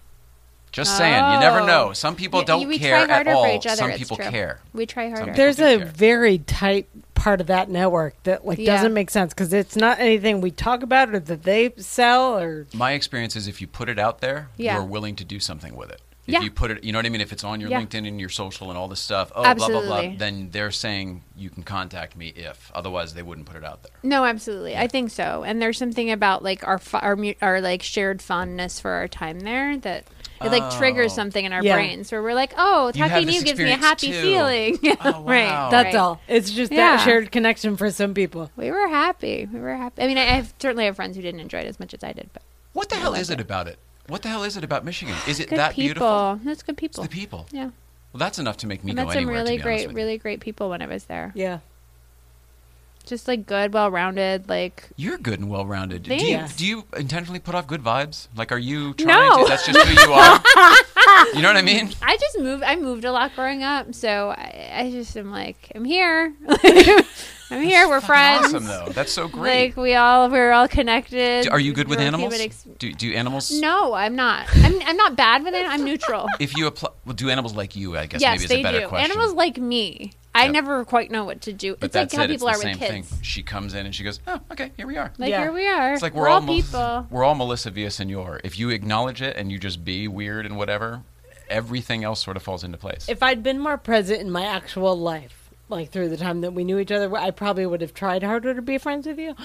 Speaker 1: Just saying, you never
Speaker 4: Oh.
Speaker 1: know. Some people
Speaker 4: Yeah,
Speaker 1: don't
Speaker 4: we
Speaker 1: care
Speaker 4: try
Speaker 1: at
Speaker 4: harder
Speaker 1: all.
Speaker 4: for each other.
Speaker 1: Some
Speaker 4: it's
Speaker 1: people
Speaker 4: true.
Speaker 1: care.
Speaker 4: We try harder.
Speaker 1: people-
Speaker 2: There's a
Speaker 1: care.
Speaker 2: very tight part of that network that like
Speaker 4: Yeah.
Speaker 2: doesn't make sense because it's not anything we talk about or that they sell or
Speaker 1: My experience is if you put it out there,
Speaker 4: Yeah.
Speaker 1: you're willing to do something with it. If
Speaker 4: Yeah.
Speaker 1: you put it, you know what I mean? If it's on your
Speaker 4: Yeah.
Speaker 1: LinkedIn and your social and all this stuff, oh, blah, blah, blah,
Speaker 4: Absolutely.
Speaker 1: then they're saying you can contact me if. Otherwise, they wouldn't put it out there.
Speaker 4: No, absolutely. I think so. And there's something about like our fu- our, mu- our like shared fondness for our time there that it like triggers
Speaker 1: Oh.
Speaker 4: something in our
Speaker 2: Yeah.
Speaker 4: brains where we're like, oh,
Speaker 1: You have
Speaker 4: talking to
Speaker 1: this
Speaker 4: you gives me a
Speaker 1: experience
Speaker 4: happy
Speaker 1: too.
Speaker 4: feeling.
Speaker 1: [LAUGHS] Oh, wow.
Speaker 4: [LAUGHS] right.
Speaker 2: That's
Speaker 4: right.
Speaker 2: all. It's just that
Speaker 4: Yeah.
Speaker 2: shared connection for some people.
Speaker 4: We were happy. We were happy. I mean, I, I have, certainly have friends who didn't enjoy it as much as I did, but
Speaker 1: What the hell is it about it? What the hell is it about Michigan? Is it
Speaker 4: good
Speaker 1: that
Speaker 4: people.
Speaker 1: beautiful?
Speaker 4: That's good
Speaker 1: It's
Speaker 4: people.
Speaker 1: the people.
Speaker 4: Yeah.
Speaker 1: Well, that's enough to make me
Speaker 4: I
Speaker 1: go
Speaker 4: met some
Speaker 1: anywhere.
Speaker 4: really
Speaker 1: to be honest
Speaker 4: great,
Speaker 1: with you.
Speaker 4: really great people when I was there.
Speaker 2: Yeah.
Speaker 4: Just like good, well-rounded, like
Speaker 1: You're good and well rounded. Do you,
Speaker 2: Thanks.
Speaker 1: do you intentionally put off good vibes? Like, are you
Speaker 4: No.
Speaker 1: trying to? That's just who you are. you know
Speaker 4: [LAUGHS]
Speaker 1: what I mean?
Speaker 4: I just moved. I moved a lot growing up, so I, I just am like,
Speaker 1: [LAUGHS]
Speaker 4: I'm here. I'm here. We're friends.
Speaker 1: Awesome, though. That's so great.
Speaker 4: Like we all, we're all connected.
Speaker 1: Do- are you good with
Speaker 4: We're
Speaker 1: animals?
Speaker 4: human ex-
Speaker 1: do, do animals?
Speaker 4: no, I'm not. I'm, I'm not bad with it.
Speaker 1: [LAUGHS]
Speaker 4: I'm neutral.
Speaker 1: If you apply, well, do animals like you? I guess
Speaker 4: yes,
Speaker 1: maybe is
Speaker 4: they
Speaker 1: a better
Speaker 4: do.
Speaker 1: question.
Speaker 4: Animals like me. I
Speaker 1: Yep.
Speaker 4: never quite know what to do.
Speaker 1: but
Speaker 4: it's like
Speaker 1: that's
Speaker 4: how
Speaker 1: it.
Speaker 4: people
Speaker 1: it's
Speaker 4: are
Speaker 1: the
Speaker 4: with
Speaker 1: same thing.
Speaker 4: kids.
Speaker 1: She comes in and she goes, "Oh, okay, here we are."
Speaker 4: Like
Speaker 2: Yeah.
Speaker 4: here we are.
Speaker 1: it's like we're,
Speaker 4: we're, all
Speaker 1: Mel-
Speaker 4: people.
Speaker 1: We're all Melissa Villaseñor. If you acknowledge it and you just be weird and whatever, everything else sort of falls into place.
Speaker 2: If I'd been more present in my actual life, like through the time that we knew each other, I probably would have tried harder to be friends with you.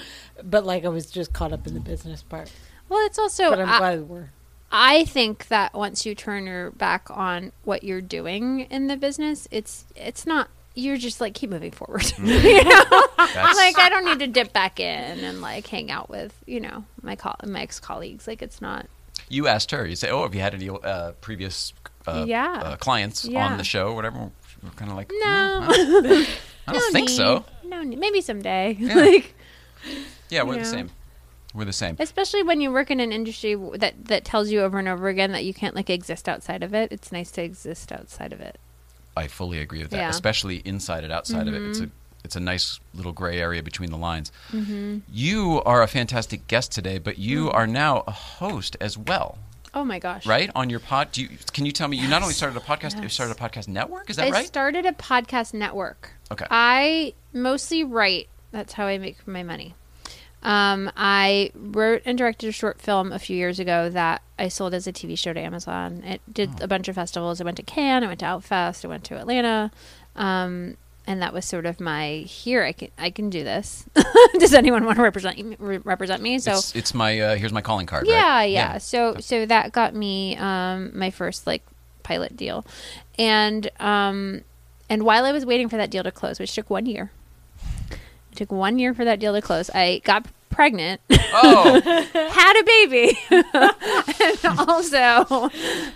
Speaker 2: But like I was just caught up in the business part.
Speaker 4: Well, it's also
Speaker 2: But I'm
Speaker 4: I-
Speaker 2: glad we're.
Speaker 4: I think that once you turn your back on what you're doing in the business, it's it's not you're just like keep moving forward. [LAUGHS] you know,
Speaker 1: Mm-hmm. That's-
Speaker 4: like I don't need to dip back in and like hang out with you know my col my ex colleagues. Like it's not.
Speaker 1: you asked her, you say, "Oh, have you had any uh, previous uh,
Speaker 4: Yeah.
Speaker 1: uh, clients on
Speaker 4: Yeah.
Speaker 1: the show, or whatever?" We're kind of like, "Mm,
Speaker 4: No.
Speaker 1: I don't,
Speaker 4: [LAUGHS]
Speaker 1: I don't
Speaker 4: no
Speaker 1: think
Speaker 4: need.
Speaker 1: so.
Speaker 4: No, need. maybe someday. [LAUGHS]
Speaker 1: Yeah.
Speaker 4: like
Speaker 1: Yeah, we're the
Speaker 4: Yeah.
Speaker 1: same. We're the same.
Speaker 4: especially when you work in an industry w- that that tells you over and over again that you can't like exist outside of it. It's nice to exist outside of it.
Speaker 1: I fully agree with that,
Speaker 4: Yeah. Mm-hmm.
Speaker 1: especially inside and outside of it. It's a it's a nice little gray area between the lines. Mm-hmm. You are a fantastic guest today, but you
Speaker 4: Mm-hmm.
Speaker 1: are now a host as well,
Speaker 4: Oh my gosh.
Speaker 1: right? On your pod, do you, can you tell me? You not only started a podcast, you
Speaker 4: Yes.
Speaker 1: started a podcast network. Is that
Speaker 4: I uh,
Speaker 1: right?
Speaker 4: started a podcast network.
Speaker 1: Okay.
Speaker 4: I mostly write. That's how I make my money. Um, I wrote and directed a short film a few years ago that I sold as a TV show to Amazon. It did a bunch of festivals. I went to Cannes, I went to Outfest, I went to Atlanta. Um, and that was sort of my here I can I can do this. [LAUGHS] Does anyone want to represent re- represent me? So
Speaker 1: it's, it's my uh, here's my calling card.
Speaker 4: yeah,
Speaker 1: right?
Speaker 4: yeah. So so that got me um my first like pilot deal. And um and while I was waiting for that deal to close, which took 1 year. It took 1 year for that deal to close. I got pregnant, [LAUGHS]
Speaker 1: Oh,
Speaker 4: had a baby. [LAUGHS] and also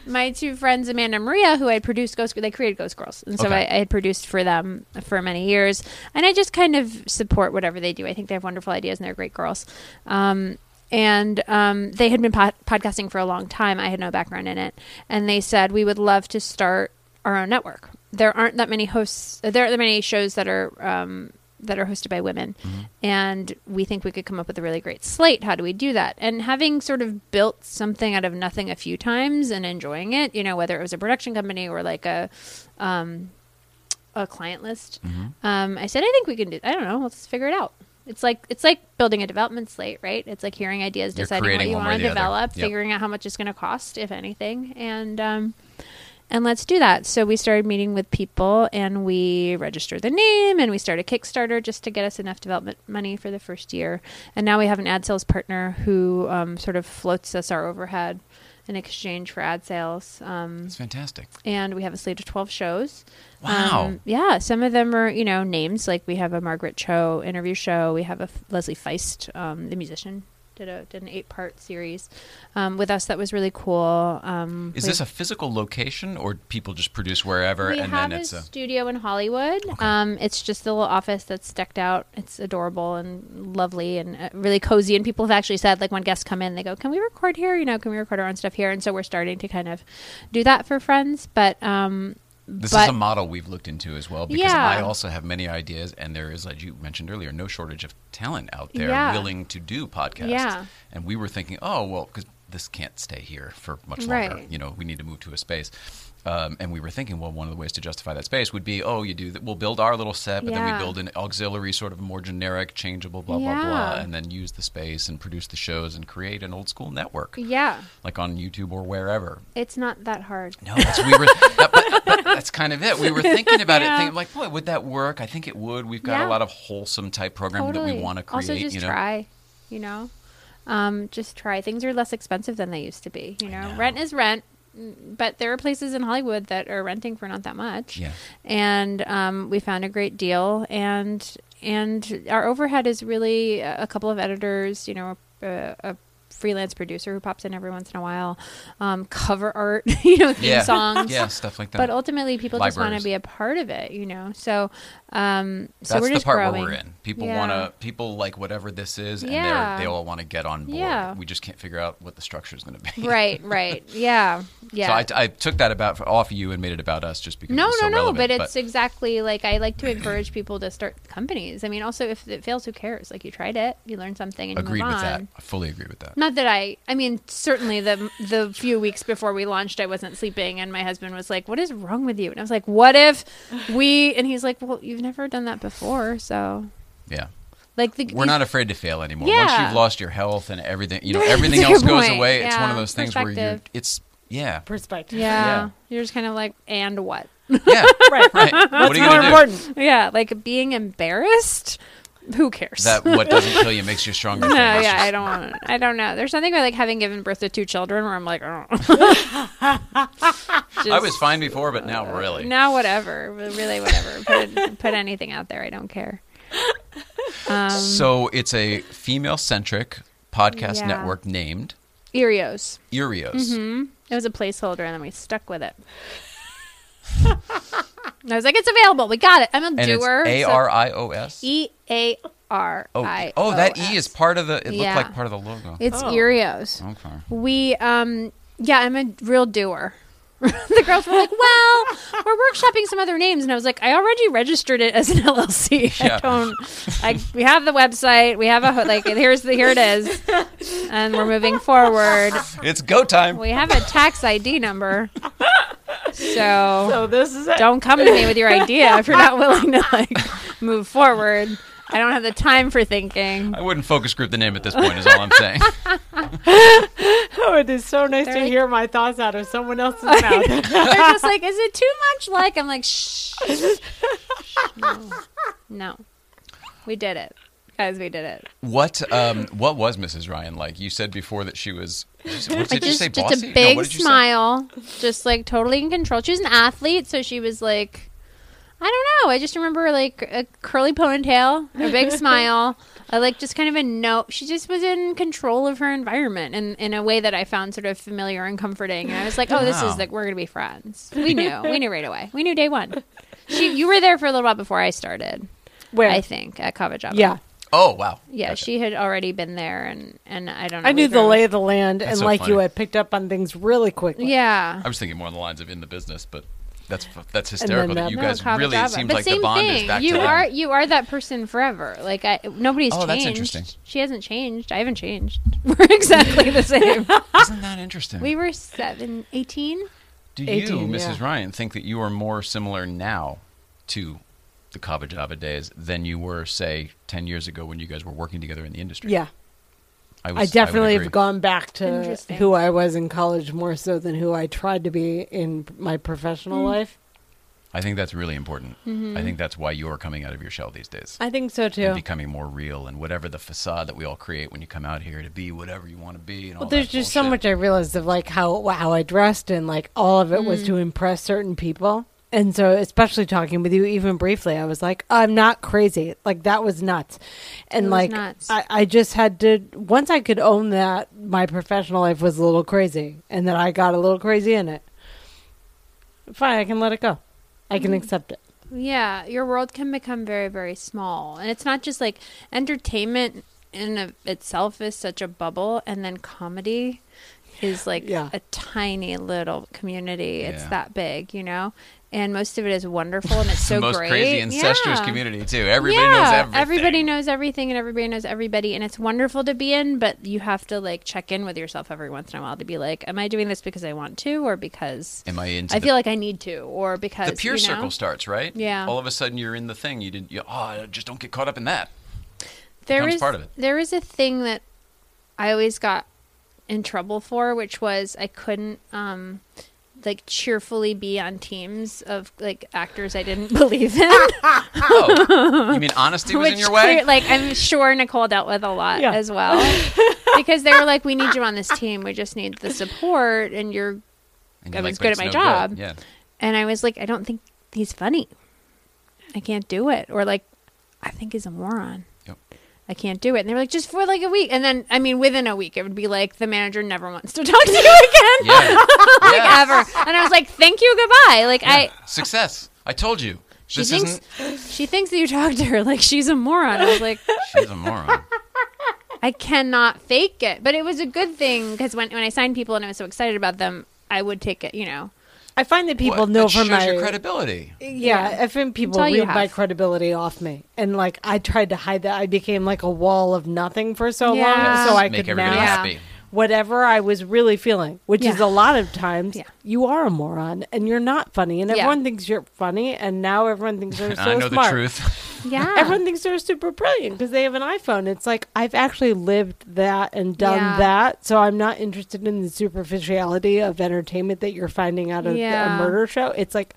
Speaker 4: my two friends Amanda and Maria who I had produced Ghost they created Ghost Girls. And so
Speaker 1: Okay.
Speaker 4: I, I had produced for them for many years. And I just kind of support whatever they do. I think they have wonderful ideas and they're great girls. Um and um, they had been pod- podcasting for a long time. I had no background in it, and they said we would love to start our own network. There aren't that many hosts. There aren't that many shows that are um, that are hosted by women, and we think we could come up with a really great slate. How do we do that? And having sort of built something out of nothing a few times and enjoying it, you know, whether it was a production company or like a um, a client list,
Speaker 1: Mm-hmm.
Speaker 4: um, I said, I think we can do. I don't know. Let's figure it out. It's like it's like building a development slate, right? It's like hearing ideas,
Speaker 1: You're
Speaker 4: deciding what
Speaker 1: creating
Speaker 4: you
Speaker 1: one way
Speaker 4: want
Speaker 1: or
Speaker 4: to
Speaker 1: the other.
Speaker 4: develop,
Speaker 1: Yep.
Speaker 4: figuring out how much it's going to cost, if anything, and um, and let's do that. So we started meeting with people, and we registered the name, and we started Kickstarter just to get us enough development money for the first year. And now we have an ad sales partner who um, sort of floats us our overhead in exchange for ad sales. Um,
Speaker 1: it's fantastic.
Speaker 4: and we have a slate of 12 shows.
Speaker 1: Wow.
Speaker 4: Um, yeah, some of them are, you know, names like we have a Margaret Cho interview show, we have a F- Leslie Feist, um, the musician. Did, a, did an eight part series um, with us that was really cool. Um,
Speaker 1: Is
Speaker 4: we-
Speaker 1: this a physical location, or people just produce wherever,
Speaker 4: we
Speaker 1: and
Speaker 4: have
Speaker 1: then it's
Speaker 4: a,
Speaker 1: a
Speaker 4: studio in Hollywood. Um, it's just a little office that's decked out. It's adorable and lovely and uh, really cozy. And people have actually said, like, when guests come in, they go, "Can we record here? You know, can we record our own stuff here?" And so we're starting to kind of do that for friends. But um,
Speaker 1: This is
Speaker 4: but-
Speaker 1: a model we've looked into as well because
Speaker 4: Yeah.
Speaker 1: I also have many ideas, and there is, as you mentioned earlier, no shortage of talent out there
Speaker 4: Yeah.
Speaker 1: willing to do podcasts.
Speaker 4: Yeah.
Speaker 1: And we were thinking, oh, well, because this can't stay here for much longer.
Speaker 4: Right.
Speaker 1: You know, we need to move to a space. Um, and we were thinking, well, one of the ways to justify that space would be, oh, you do that. We'll build our little set, but then
Speaker 4: Yeah.
Speaker 1: we build an auxiliary, sort of more generic, changeable, blah blah
Speaker 4: Yeah.
Speaker 1: blah, and then use the space and produce the shows and create an old school network,
Speaker 4: Yeah,
Speaker 1: like on YouTube or wherever.
Speaker 4: it's not that hard.
Speaker 1: No, that's, we were. [LAUGHS] That, but, but that's kind of it. We were thinking about
Speaker 4: Yeah.
Speaker 1: it, thinking like, boy, would that work? I think it would. We've got
Speaker 4: Yeah.
Speaker 1: a lot of wholesome type programming
Speaker 4: totally.
Speaker 1: that we want to create.
Speaker 4: also, just
Speaker 1: you know,
Speaker 4: try. You know, um, just try. Things are less expensive than they used to be. You know,
Speaker 1: know.
Speaker 4: rent is rent, mm, but there are places in Hollywood that are renting for not that much.
Speaker 1: Yeah.
Speaker 4: and um, we found a great deal. And and our overhead is really a a couple of editors. You know, a, a freelance producer who pops in every once in a while, um, cover art. [LAUGHS] You know, theme
Speaker 1: yeah,
Speaker 4: songs.
Speaker 1: yeah, stuff like that.
Speaker 4: But ultimately, people just want
Speaker 1: Libraries.
Speaker 4: to be a part of it, you know. So, um, so
Speaker 1: That's
Speaker 4: we're
Speaker 1: the
Speaker 4: just
Speaker 1: part
Speaker 4: growing.
Speaker 1: where we're in. People
Speaker 4: Yeah.
Speaker 1: want to. People like whatever this is, and
Speaker 4: Yeah.
Speaker 1: they're they all want to get on board.
Speaker 4: Yeah.
Speaker 1: We just can't figure out what the structure is going to [LAUGHS] be.
Speaker 4: right right
Speaker 1: [LAUGHS]
Speaker 4: yeah yeah
Speaker 1: So I, I took that about off you and made it about us, just because.
Speaker 4: no
Speaker 1: it
Speaker 4: no
Speaker 1: was so
Speaker 4: no
Speaker 1: relevant,
Speaker 4: but it's exactly like i like to encourage people to start companies i mean also if it fails who cares like you tried it you learned something and
Speaker 1: agreed
Speaker 4: you move
Speaker 1: with that.
Speaker 4: on
Speaker 1: I fully agree with that.
Speaker 4: not that i i mean certainly the the few weeks before we launched i wasn't sleeping and my husband was like what is wrong with you and i was like what if we and he's like well you've never done that before so
Speaker 1: Yeah.
Speaker 4: like the,
Speaker 1: We're not afraid to fail anymore. Once
Speaker 4: Yeah.
Speaker 1: you've lost your health and everything, you know,
Speaker 4: [LAUGHS] That's
Speaker 1: everything
Speaker 4: a
Speaker 1: else
Speaker 4: good
Speaker 1: goes
Speaker 4: point.
Speaker 1: away. It's
Speaker 4: Yeah.
Speaker 1: one of those things where you.
Speaker 4: Perspective.
Speaker 1: It's yeah,
Speaker 2: Perspective.
Speaker 4: yeah
Speaker 1: Yeah.
Speaker 4: you're just kind of like and what [LAUGHS]
Speaker 1: yeah.
Speaker 2: Right.
Speaker 1: Right. what are
Speaker 2: What's
Speaker 1: you
Speaker 2: more
Speaker 1: gonna do?
Speaker 2: important?
Speaker 4: yeah like being embarrassed who cares [LAUGHS]
Speaker 1: That what doesn't kill you makes you stronger.
Speaker 4: No,
Speaker 1: thing. It's
Speaker 4: [LAUGHS] yeah,
Speaker 1: just-
Speaker 4: I don't. want I don't know. There's something about like having given birth to two children where I'm like, oh. [LAUGHS]
Speaker 1: I was fine before, but now really.
Speaker 4: now whatever, really whatever. [LAUGHS] Put, put anything out there. I don't care. Um,
Speaker 1: so it's a female-centric podcast
Speaker 4: Yeah. Mm-hmm.
Speaker 1: network named
Speaker 4: Erios.
Speaker 1: Erios.
Speaker 4: It was a placeholder, and then we stuck with it. [LAUGHS] I was like, it's available. We got it. I'm a
Speaker 1: and it's
Speaker 4: doer.
Speaker 1: A R I O S.
Speaker 4: E A R
Speaker 1: Oh,
Speaker 4: I.
Speaker 1: oh, that
Speaker 4: O S.
Speaker 1: E is part of the. It
Speaker 4: Yeah.
Speaker 1: looked like part of the logo.
Speaker 4: It's
Speaker 2: Oh.
Speaker 4: Erios.
Speaker 1: okay.
Speaker 4: We, um, yeah, I'm a real doer. [LAUGHS] the girls were like, "Well, we're workshopping some other names," and I was like, "I already registered it as an [LAUGHS] LLC. I
Speaker 1: Yeah.
Speaker 4: don't. I we have the website. We have a ho- like. Here's the here it is, and we're moving forward.
Speaker 1: It's go time.
Speaker 4: We have a tax ID number,
Speaker 2: [LAUGHS]
Speaker 4: so
Speaker 2: So this is it.
Speaker 4: don't come to me with your idea if you're not willing to like move forward. I don't have the time for thinking.
Speaker 1: I wouldn't focus group the name at this point. Is all I'm saying.
Speaker 2: Oh, it is so nice
Speaker 4: They're
Speaker 2: to
Speaker 4: like-
Speaker 2: hear my thoughts out of someone else's
Speaker 4: [LAUGHS]
Speaker 2: mouth.
Speaker 4: They're just like, is it too much? Like, I'm like, shh. No. no. We did it. Guys, we did it.
Speaker 1: what um What was Mrs. Ryan like? You said before that she was. What did you
Speaker 4: just
Speaker 1: say?
Speaker 4: just
Speaker 1: bossy?
Speaker 4: a
Speaker 1: No,
Speaker 4: big
Speaker 1: what did you say?
Speaker 4: smile. Just like totally in control. She was an athlete, so she was like, I don't know. I just remember like a curly ponytail,
Speaker 2: [LAUGHS]
Speaker 4: a big smile. I like just kind of a no. She just was in control of her environment in, in a way that I found sort of familiar and comforting. And I was like, oh, this
Speaker 1: Wow.
Speaker 4: is like, we're going to be friends.
Speaker 2: [LAUGHS]
Speaker 4: We knew. we knew right away. We knew day one. She, you were there for a little while before I started.
Speaker 2: Where?
Speaker 4: I think at Kavajaba.
Speaker 2: yeah.
Speaker 1: Oh wow.
Speaker 4: yeah.
Speaker 1: Gotcha.
Speaker 4: She had already been there, and and I don't. know.
Speaker 2: I knew
Speaker 4: we've
Speaker 2: the
Speaker 4: grown-
Speaker 2: lay of the land, and
Speaker 1: so
Speaker 2: like you,
Speaker 1: funny.
Speaker 2: I picked up on things really quickly.
Speaker 4: Yeah.
Speaker 1: I was thinking more on the lines of in the business, but that's that's hysterical that
Speaker 2: that-
Speaker 1: you
Speaker 2: No,
Speaker 1: guys
Speaker 4: Kava
Speaker 1: really
Speaker 4: Java.
Speaker 1: it seems
Speaker 4: but
Speaker 1: like
Speaker 4: same
Speaker 1: the bond
Speaker 4: thing.
Speaker 1: is back
Speaker 4: you
Speaker 1: to
Speaker 4: are
Speaker 1: them.
Speaker 4: you are that person forever. Like I, nobody's
Speaker 1: Oh,
Speaker 4: changed.
Speaker 1: that's interesting.
Speaker 4: She hasn't changed. I haven't changed. [LAUGHS] We're exactly
Speaker 1: [LAUGHS]
Speaker 4: the same.
Speaker 1: [LAUGHS] Isn't that interesting?
Speaker 4: we were seven, 18?
Speaker 1: Do
Speaker 2: 18,
Speaker 1: you, Mrs.
Speaker 2: yeah.
Speaker 1: Ryan, think that you are more similar now to the Kava Java days than you were, say, ten years ago when you guys were working together in the industry?
Speaker 2: Yeah.
Speaker 1: was-
Speaker 2: I
Speaker 1: would
Speaker 2: definitely
Speaker 1: agree.
Speaker 2: have gone back to
Speaker 4: Interesting.
Speaker 2: who I was in college more so than who I tried to be in my professional
Speaker 4: Mm.
Speaker 2: life.
Speaker 1: I think that's really important.
Speaker 4: Mm-hmm.
Speaker 1: I think that's why you are coming out of your shell these days
Speaker 2: I think so too.
Speaker 1: and becoming more real and whatever the facade that we all create when you come out here to be whatever you want to be. And
Speaker 2: Well,
Speaker 1: all
Speaker 2: there's
Speaker 1: that
Speaker 2: just so
Speaker 1: bullshit.
Speaker 2: much I realized of like how how I dressed and like all of it was
Speaker 4: Mm.
Speaker 2: to impress certain people. And so, especially talking with you, even briefly, I was like, I'm not crazy. Like that was nuts, and
Speaker 4: It was
Speaker 2: like
Speaker 4: nuts.
Speaker 2: I, I just had to. Once I could own that, my professional life was a little crazy, and that I got a little crazy in it. Fine, I can let it go. I can
Speaker 4: Mm-hmm.
Speaker 2: accept it.
Speaker 4: Yeah, your world can become very, very small. And it's not just like entertainment in of itself is such a bubble, and then comedy is like
Speaker 2: Yeah.
Speaker 4: a tiny little community. It's
Speaker 1: Yeah.
Speaker 4: that big, you know? And most of it is
Speaker 1: [LAUGHS]
Speaker 4: wonderful and it's
Speaker 1: the
Speaker 4: so
Speaker 1: most
Speaker 4: great.
Speaker 1: crazy incestuous
Speaker 4: Yeah.
Speaker 1: community too. Everybody
Speaker 4: yeah,
Speaker 1: knows everything.
Speaker 4: everybody knows everything, and everybody knows everybody, and it's wonderful to be in. But you have to like check in with yourself every once in a while to be like, "Am I doing this because I want to, or because
Speaker 1: Am I into
Speaker 4: I
Speaker 1: the,
Speaker 4: feel like I need to, or because
Speaker 1: the peer
Speaker 4: you know?
Speaker 1: circle starts right?
Speaker 4: Yeah.
Speaker 1: All of a sudden you're in the thing. You didn't. You, oh, just don't get caught up in
Speaker 4: [LAUGHS]
Speaker 1: that.
Speaker 4: There
Speaker 1: becomes
Speaker 4: is-
Speaker 1: part of it.
Speaker 4: There is a thing that I always got in trouble for, which was I couldn't um like cheerfully be on teams of like actors I didn't [LAUGHS] believe in.
Speaker 1: Oh, you mean honesty was in your way?
Speaker 4: clear- like I'm sure Nicole dealt with a lot
Speaker 2: Yeah.
Speaker 4: as well. because they were like, We need you on this team, we just need the support and you're
Speaker 1: And
Speaker 4: I
Speaker 1: you're like,
Speaker 4: was good
Speaker 1: "But
Speaker 4: at
Speaker 1: it's
Speaker 4: my
Speaker 1: no
Speaker 4: job."
Speaker 1: Yeah.
Speaker 4: and I was like, I don't think he's funny. I can't do it. Or like, I think he's a moron. [LAUGHS]
Speaker 1: Yep.
Speaker 4: I can't do it. And they were like, just for like a week. And then, I mean, within a week, it would be like, the manager never wants to [LAUGHS] talk to you again,
Speaker 1: Yeah. Yeah.
Speaker 4: ever. And I was [LAUGHS] like, thank you, goodbye. Like, I,
Speaker 1: Success. I told you.
Speaker 4: she
Speaker 1: this
Speaker 4: thinks,
Speaker 1: isn't.
Speaker 4: she thinks that you talked to her. Like, she's a moron. I was like,
Speaker 1: She's a
Speaker 4: [LAUGHS]
Speaker 1: moron.
Speaker 4: I cannot fake it. But it was a good thing because when, when I signed people and I was so excited about them, I would take it, you know.
Speaker 2: I find that people
Speaker 1: What?
Speaker 2: know
Speaker 1: that
Speaker 2: from
Speaker 1: shows
Speaker 2: my
Speaker 1: your credibility.
Speaker 2: Yeah, I think people
Speaker 4: all you
Speaker 2: read my
Speaker 4: have.
Speaker 2: credibility off me, and like I tried to hide that. I became like a wall of nothing for so
Speaker 4: Yeah.
Speaker 2: long, so I
Speaker 1: Make
Speaker 2: could
Speaker 1: everybody
Speaker 2: mask
Speaker 1: happy.
Speaker 2: whatever I was really feeling, which is
Speaker 4: Yeah.
Speaker 2: a lot of times
Speaker 4: Yeah.
Speaker 2: you are a moron and you're not funny, and
Speaker 4: Yeah.
Speaker 2: everyone thinks you're funny, and now everyone
Speaker 1: [LAUGHS]
Speaker 2: thinks they're so
Speaker 1: I know
Speaker 2: smart.
Speaker 1: the
Speaker 4: [LAUGHS]
Speaker 1: truth.
Speaker 4: Yeah.
Speaker 2: Everyone thinks they're super brilliant because they have an iPhone. It's like I've actually lived that and done
Speaker 4: Yeah.
Speaker 2: that, so I'm not interested in the superficiality of entertainment that you're finding out of a
Speaker 4: Yeah.
Speaker 2: murder show. It's like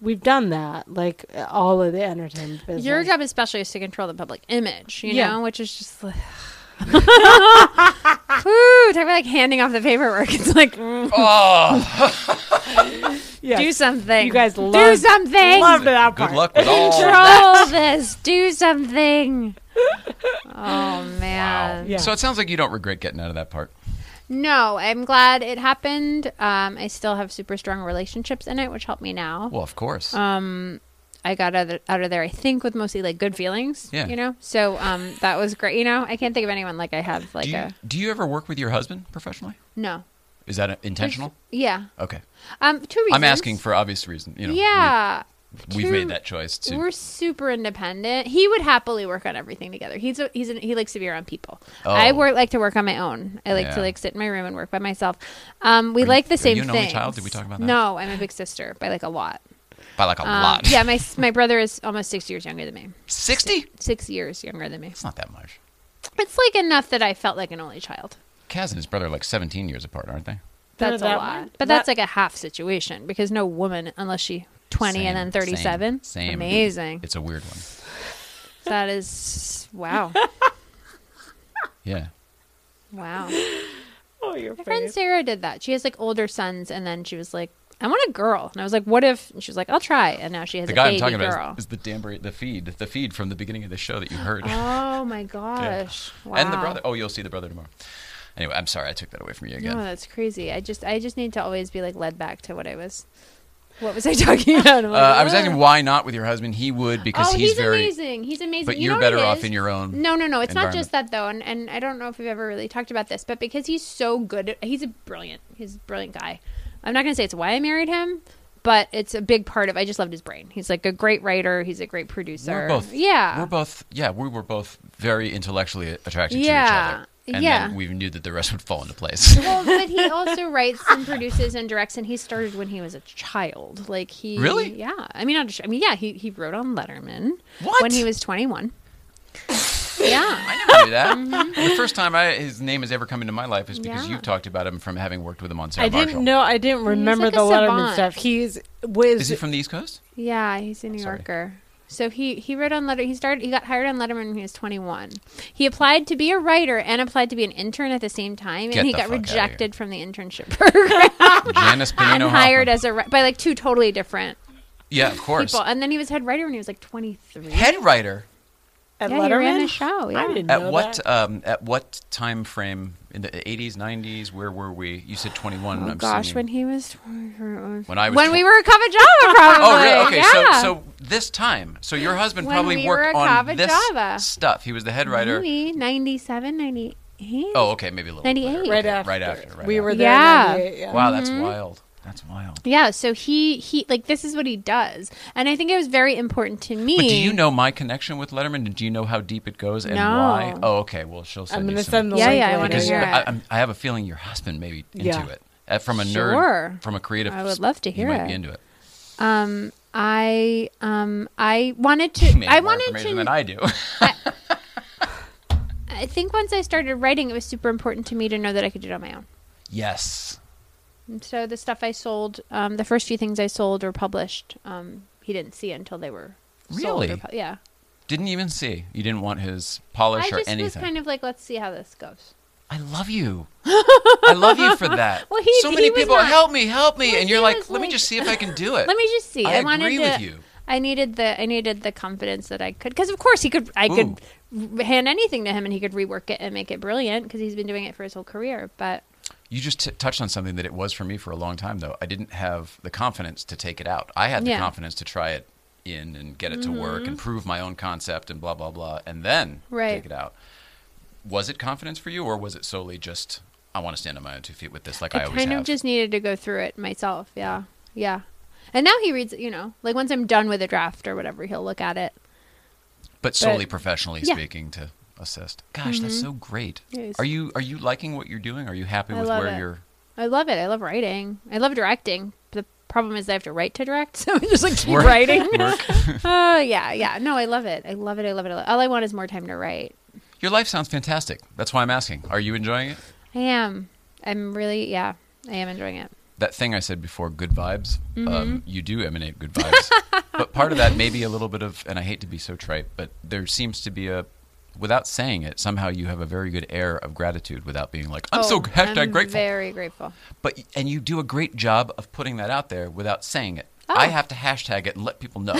Speaker 2: we've done that, like all of the entertainment business.
Speaker 4: Your job, especially, is to control the public image, you
Speaker 2: Yeah.
Speaker 4: know, which is just [LAUGHS] like. Woo, talk about like handing off the paperwork. It's like, mm,
Speaker 1: Oh,
Speaker 2: Yes.
Speaker 4: do something.
Speaker 2: You guys
Speaker 4: do
Speaker 2: love-
Speaker 4: something.
Speaker 2: Love that
Speaker 1: good
Speaker 2: part.
Speaker 1: luck with
Speaker 2: [LAUGHS]
Speaker 1: all.
Speaker 4: [LAUGHS] Control this. Do [LAUGHS] something. Oh man.
Speaker 2: Yeah.
Speaker 1: So it sounds like you don't regret getting out of that part.
Speaker 4: No, I'm glad it happened. Um, I still have super strong relationships in it, which helped me now.
Speaker 1: Well, of course.
Speaker 4: Uh, I got out of, out of there, I think, with mostly like good feelings.
Speaker 1: Yeah.
Speaker 4: You know, so um, that was great. You know, I can't think of anyone like I have like
Speaker 1: do, you,
Speaker 4: a
Speaker 1: do you ever work with your husband professionally?
Speaker 4: no.
Speaker 1: Is that intentional?
Speaker 4: Yeah.
Speaker 1: Okay.
Speaker 4: Um, two reasons.
Speaker 1: I'm asking for obvious reason. You know,
Speaker 4: yeah.
Speaker 1: we,
Speaker 4: Two-
Speaker 1: have made that choice to.
Speaker 4: We're super independent. He would happily work on everything together. He's a, he's an, he likes to be around people.
Speaker 1: Oh.
Speaker 4: I work like to work on my own. I like
Speaker 1: Yeah.
Speaker 4: to like sit in my room and work by myself. Um, we
Speaker 1: Are you-
Speaker 4: like the
Speaker 1: are
Speaker 4: same
Speaker 1: you an only
Speaker 4: thing.
Speaker 1: child? Did we talk about that?
Speaker 4: No, I'm a big sister by like a lot.
Speaker 1: by like a
Speaker 4: Um,
Speaker 1: lot.
Speaker 4: yeah, my s- my brother is almost six years younger than me.
Speaker 1: Sixty?
Speaker 4: Six years younger than me.
Speaker 1: It's not that much.
Speaker 4: It's like enough that I felt like an only child.
Speaker 1: Kaz and his brother are like 17 years apart, aren't they?
Speaker 2: They're
Speaker 4: That's a
Speaker 2: that
Speaker 4: lot.
Speaker 2: one?
Speaker 4: But
Speaker 2: That-
Speaker 4: that's like a half situation because no woman, unless she 20
Speaker 1: Same,
Speaker 4: and then 37.
Speaker 1: Same. same.
Speaker 4: Amazing.
Speaker 1: It's a weird one.
Speaker 4: That is,
Speaker 2: [LAUGHS]
Speaker 4: wow.
Speaker 1: Yeah.
Speaker 4: Wow.
Speaker 2: Oh, your
Speaker 4: My friend Sarah did that. She has like older sons, and then she was like, I want a girl. And I was like, what if? And she was like, I'll try. And now she has
Speaker 1: The
Speaker 4: a
Speaker 1: guy
Speaker 4: baby
Speaker 1: I'm talking
Speaker 4: girl.
Speaker 1: about is, is the Danbury, the feed, the feed from the beginning of the show that you heard.
Speaker 4: [LAUGHS] oh my gosh. Wow.
Speaker 1: And the brother. Oh, you'll see the brother tomorrow. Anyway, I'm sorry I took that away from you
Speaker 4: No,
Speaker 1: again.
Speaker 4: that's crazy. I just I just need to always be like led back to what I was. What was I [LAUGHS] talking about? I'm
Speaker 1: uh,
Speaker 4: like,
Speaker 1: I was asking
Speaker 4: "Ugh."
Speaker 1: why not with your husband. He would because
Speaker 4: oh,
Speaker 1: he's,
Speaker 4: he's,
Speaker 1: very.
Speaker 4: amazing. He's amazing.
Speaker 1: But
Speaker 4: You
Speaker 1: you're
Speaker 4: know what
Speaker 1: better
Speaker 4: it
Speaker 1: off
Speaker 4: is?
Speaker 1: in your own.
Speaker 4: No, no, no. It's not just that though, and, and I don't know if we've ever really talked about this, but because he's so good, at- he's a brilliant, he's a brilliant guy. I'm not gonna say it's why I married him, but it's a big part of. I just loved his brain. He's like a great writer. He's a great producer.
Speaker 1: We're both.
Speaker 4: yeah,
Speaker 1: We're both. Yeah, we were both very intellectally attracted
Speaker 4: Yeah,
Speaker 1: to each other. And
Speaker 4: yeah.
Speaker 1: then we knew that the rest would fall into place. [LAUGHS]
Speaker 4: Well, but he also writes and produces and directs, and he started when he was a child. Like he
Speaker 1: Really?
Speaker 4: yeah. I mean, not a ch- I mean, yeah. He he wrote on Letterman
Speaker 1: What?
Speaker 4: when he was 21. yeah.
Speaker 1: I never knew that. The first time I, his name has ever come into my life is because
Speaker 4: Mm-hmm. Yeah.
Speaker 1: you've talked about him from having worked with him on Sarah
Speaker 2: I didn't
Speaker 1: Marshall.
Speaker 2: know. I didn't remember
Speaker 4: like a
Speaker 2: the Letterman
Speaker 4: savant.
Speaker 2: stuff. He's was
Speaker 1: Is he from the East
Speaker 4: [LAUGHS]
Speaker 1: Coast?
Speaker 4: Yeah, he's a New
Speaker 1: Sorry.
Speaker 4: Yorker. So he he wrote on letter. He started. He got hired on Letterman when he was 21. He applied to be a writer and applied to be an intern at the same time,
Speaker 1: Get
Speaker 4: and he
Speaker 1: the fuck
Speaker 4: got
Speaker 1: outta here.
Speaker 4: rejected from the internship [LAUGHS] program
Speaker 1: Janice
Speaker 4: and
Speaker 1: Pinino
Speaker 4: hired
Speaker 1: Hoffman.
Speaker 4: as a ri- by like two totally different
Speaker 1: yeah, of course.
Speaker 4: people. And then he was head writer when he was like 23.
Speaker 1: Head writer.
Speaker 2: at
Speaker 4: yeah,
Speaker 2: Letterman.
Speaker 4: he ran a show. Yeah.
Speaker 2: I didn't
Speaker 1: At
Speaker 2: know
Speaker 1: what
Speaker 2: that.
Speaker 1: um, at what time frame in the eighties, nineties? Where were we? You said twenty one.
Speaker 4: Oh
Speaker 1: I'm
Speaker 4: gosh, when
Speaker 1: assuming.
Speaker 4: he was 21.
Speaker 1: When I was
Speaker 4: when
Speaker 1: tw-
Speaker 4: we were at Kava Java,
Speaker 1: [LAUGHS]
Speaker 4: probably.
Speaker 1: Oh, really? Okay,
Speaker 4: yeah.
Speaker 1: so so this time, so your husband
Speaker 4: When
Speaker 1: probably
Speaker 4: we were
Speaker 1: worked
Speaker 4: at
Speaker 1: on
Speaker 4: Cava
Speaker 1: this
Speaker 4: Java.
Speaker 1: stuff. He was the head writer.
Speaker 4: Maybe 97, 98.
Speaker 1: Oh, okay, maybe a little. later.
Speaker 4: 98.
Speaker 2: Right
Speaker 1: Okay,
Speaker 2: after.
Speaker 1: Right after. Right
Speaker 2: we
Speaker 1: after.
Speaker 2: were there.
Speaker 4: Yeah.
Speaker 2: Yeah. 98, yeah.
Speaker 1: Wow,
Speaker 4: Mm-hmm.
Speaker 1: that's wild. That's wild.
Speaker 4: Yeah, so he he like this is what he does, and I think it was very important to me.
Speaker 1: But do you know my connection with Letterman? And do you know how deep it goes and
Speaker 4: No.
Speaker 1: why? Oh, okay. Well, she'll send
Speaker 2: I'm
Speaker 1: you
Speaker 2: going to
Speaker 1: some-
Speaker 2: send the
Speaker 4: Yeah,
Speaker 2: link.
Speaker 4: yeah, I
Speaker 2: later.
Speaker 4: wanna
Speaker 1: because
Speaker 4: hear
Speaker 1: I,
Speaker 4: it.
Speaker 1: I'm- I have a feeling your husband may be into
Speaker 2: Yeah.
Speaker 1: it. Uh, From a nerd,
Speaker 4: Sure.
Speaker 1: from a creative,
Speaker 4: I would
Speaker 1: s-
Speaker 4: love to hear
Speaker 1: he might Be
Speaker 4: it.
Speaker 1: into it.
Speaker 4: Um, I um, I wanted
Speaker 1: He
Speaker 4: to.
Speaker 1: may
Speaker 4: I
Speaker 1: have more
Speaker 4: wanted
Speaker 1: information
Speaker 4: to.
Speaker 1: than
Speaker 4: I-,
Speaker 1: I do. [LAUGHS]
Speaker 4: think once I started writing, it was super important to me to know that I could do it on my own.
Speaker 1: yes,
Speaker 4: And so the stuff I sold, um, the first few things I sold or published, um, he didn't see it until they were sold or
Speaker 1: Really?
Speaker 4: pu- yeah.
Speaker 1: didn't even see. You didn't want his polish
Speaker 4: I
Speaker 1: or
Speaker 4: just
Speaker 1: anything.
Speaker 4: was kind of like, let's see how this goes.
Speaker 1: I love you. I love you for that.
Speaker 4: [LAUGHS] Well, he-
Speaker 1: so
Speaker 4: he
Speaker 1: many
Speaker 4: was
Speaker 1: people
Speaker 4: not-
Speaker 1: help me, help me,
Speaker 4: Well,
Speaker 1: and
Speaker 4: he
Speaker 1: you're like,
Speaker 4: was
Speaker 1: let me
Speaker 4: like-
Speaker 1: just see if I can
Speaker 4: [LAUGHS]
Speaker 1: do it.
Speaker 4: Let me just see.
Speaker 1: Uh, I
Speaker 4: I, wanted
Speaker 1: agree
Speaker 4: to.
Speaker 1: with you.
Speaker 4: I needed the I needed the confidence that I could because of course he could I could r- hand anything to him and he could rework it and make it brilliant because he's been doing it for his whole career. But
Speaker 1: You just t- touched on something that it was for me for a long time, though. I didn't have the confidence to take it out. I had the
Speaker 4: Yeah. Mm-hmm.
Speaker 1: confidence to try it in and get it to work and prove my own concept and blah, blah, blah, and then
Speaker 4: Right.
Speaker 1: take it out. Was it confidence for you, or was it solely just, I want to stand on my own two feet with this, like I,
Speaker 4: I,
Speaker 1: always
Speaker 4: kind
Speaker 1: have?
Speaker 4: of just needed to go through it myself. Yeah, yeah. And now he reads, it, you know, like once I'm done with a draft or whatever, he'll look at it.
Speaker 1: but solely professionally
Speaker 4: Yeah.
Speaker 1: speaking to assist. Gosh, that's so great.
Speaker 4: Yeah, it's-
Speaker 1: Are you are you liking what you're doing? Are you happy
Speaker 4: I
Speaker 1: with
Speaker 4: love
Speaker 1: where
Speaker 4: it.
Speaker 1: you're?
Speaker 4: I love it. I love writing. I love directing. The problem is I have to write to direct, [LAUGHS] so I
Speaker 1: [LAUGHS]
Speaker 4: just like keep
Speaker 1: Work.
Speaker 4: writing.
Speaker 1: Work.
Speaker 4: Oh yeah, yeah. No, I love it. I love it. I love it. I love it. All I want is more time to write.
Speaker 1: Your life sounds fantastic. That's why I'm asking. Are you enjoying it?
Speaker 4: I am. I'm really, yeah, I am enjoying it.
Speaker 1: that thing I said before, good vibes.
Speaker 4: Mm-hmm.
Speaker 1: Um, you do emanate good
Speaker 4: [LAUGHS]
Speaker 1: vibes, but part of that may be a little bit of, and I hate to be so trite, but there seems to be a, without saying it, somehow you have a very good air of gratitude without being like, I'm so
Speaker 4: Oh,
Speaker 1: hashtag
Speaker 4: I'm
Speaker 1: grateful.
Speaker 4: Very grateful.
Speaker 1: but and you do a great job of putting that out there without saying it.
Speaker 4: Oh.
Speaker 1: I have to hashtag it and let
Speaker 4: [LAUGHS]
Speaker 1: people know.
Speaker 4: I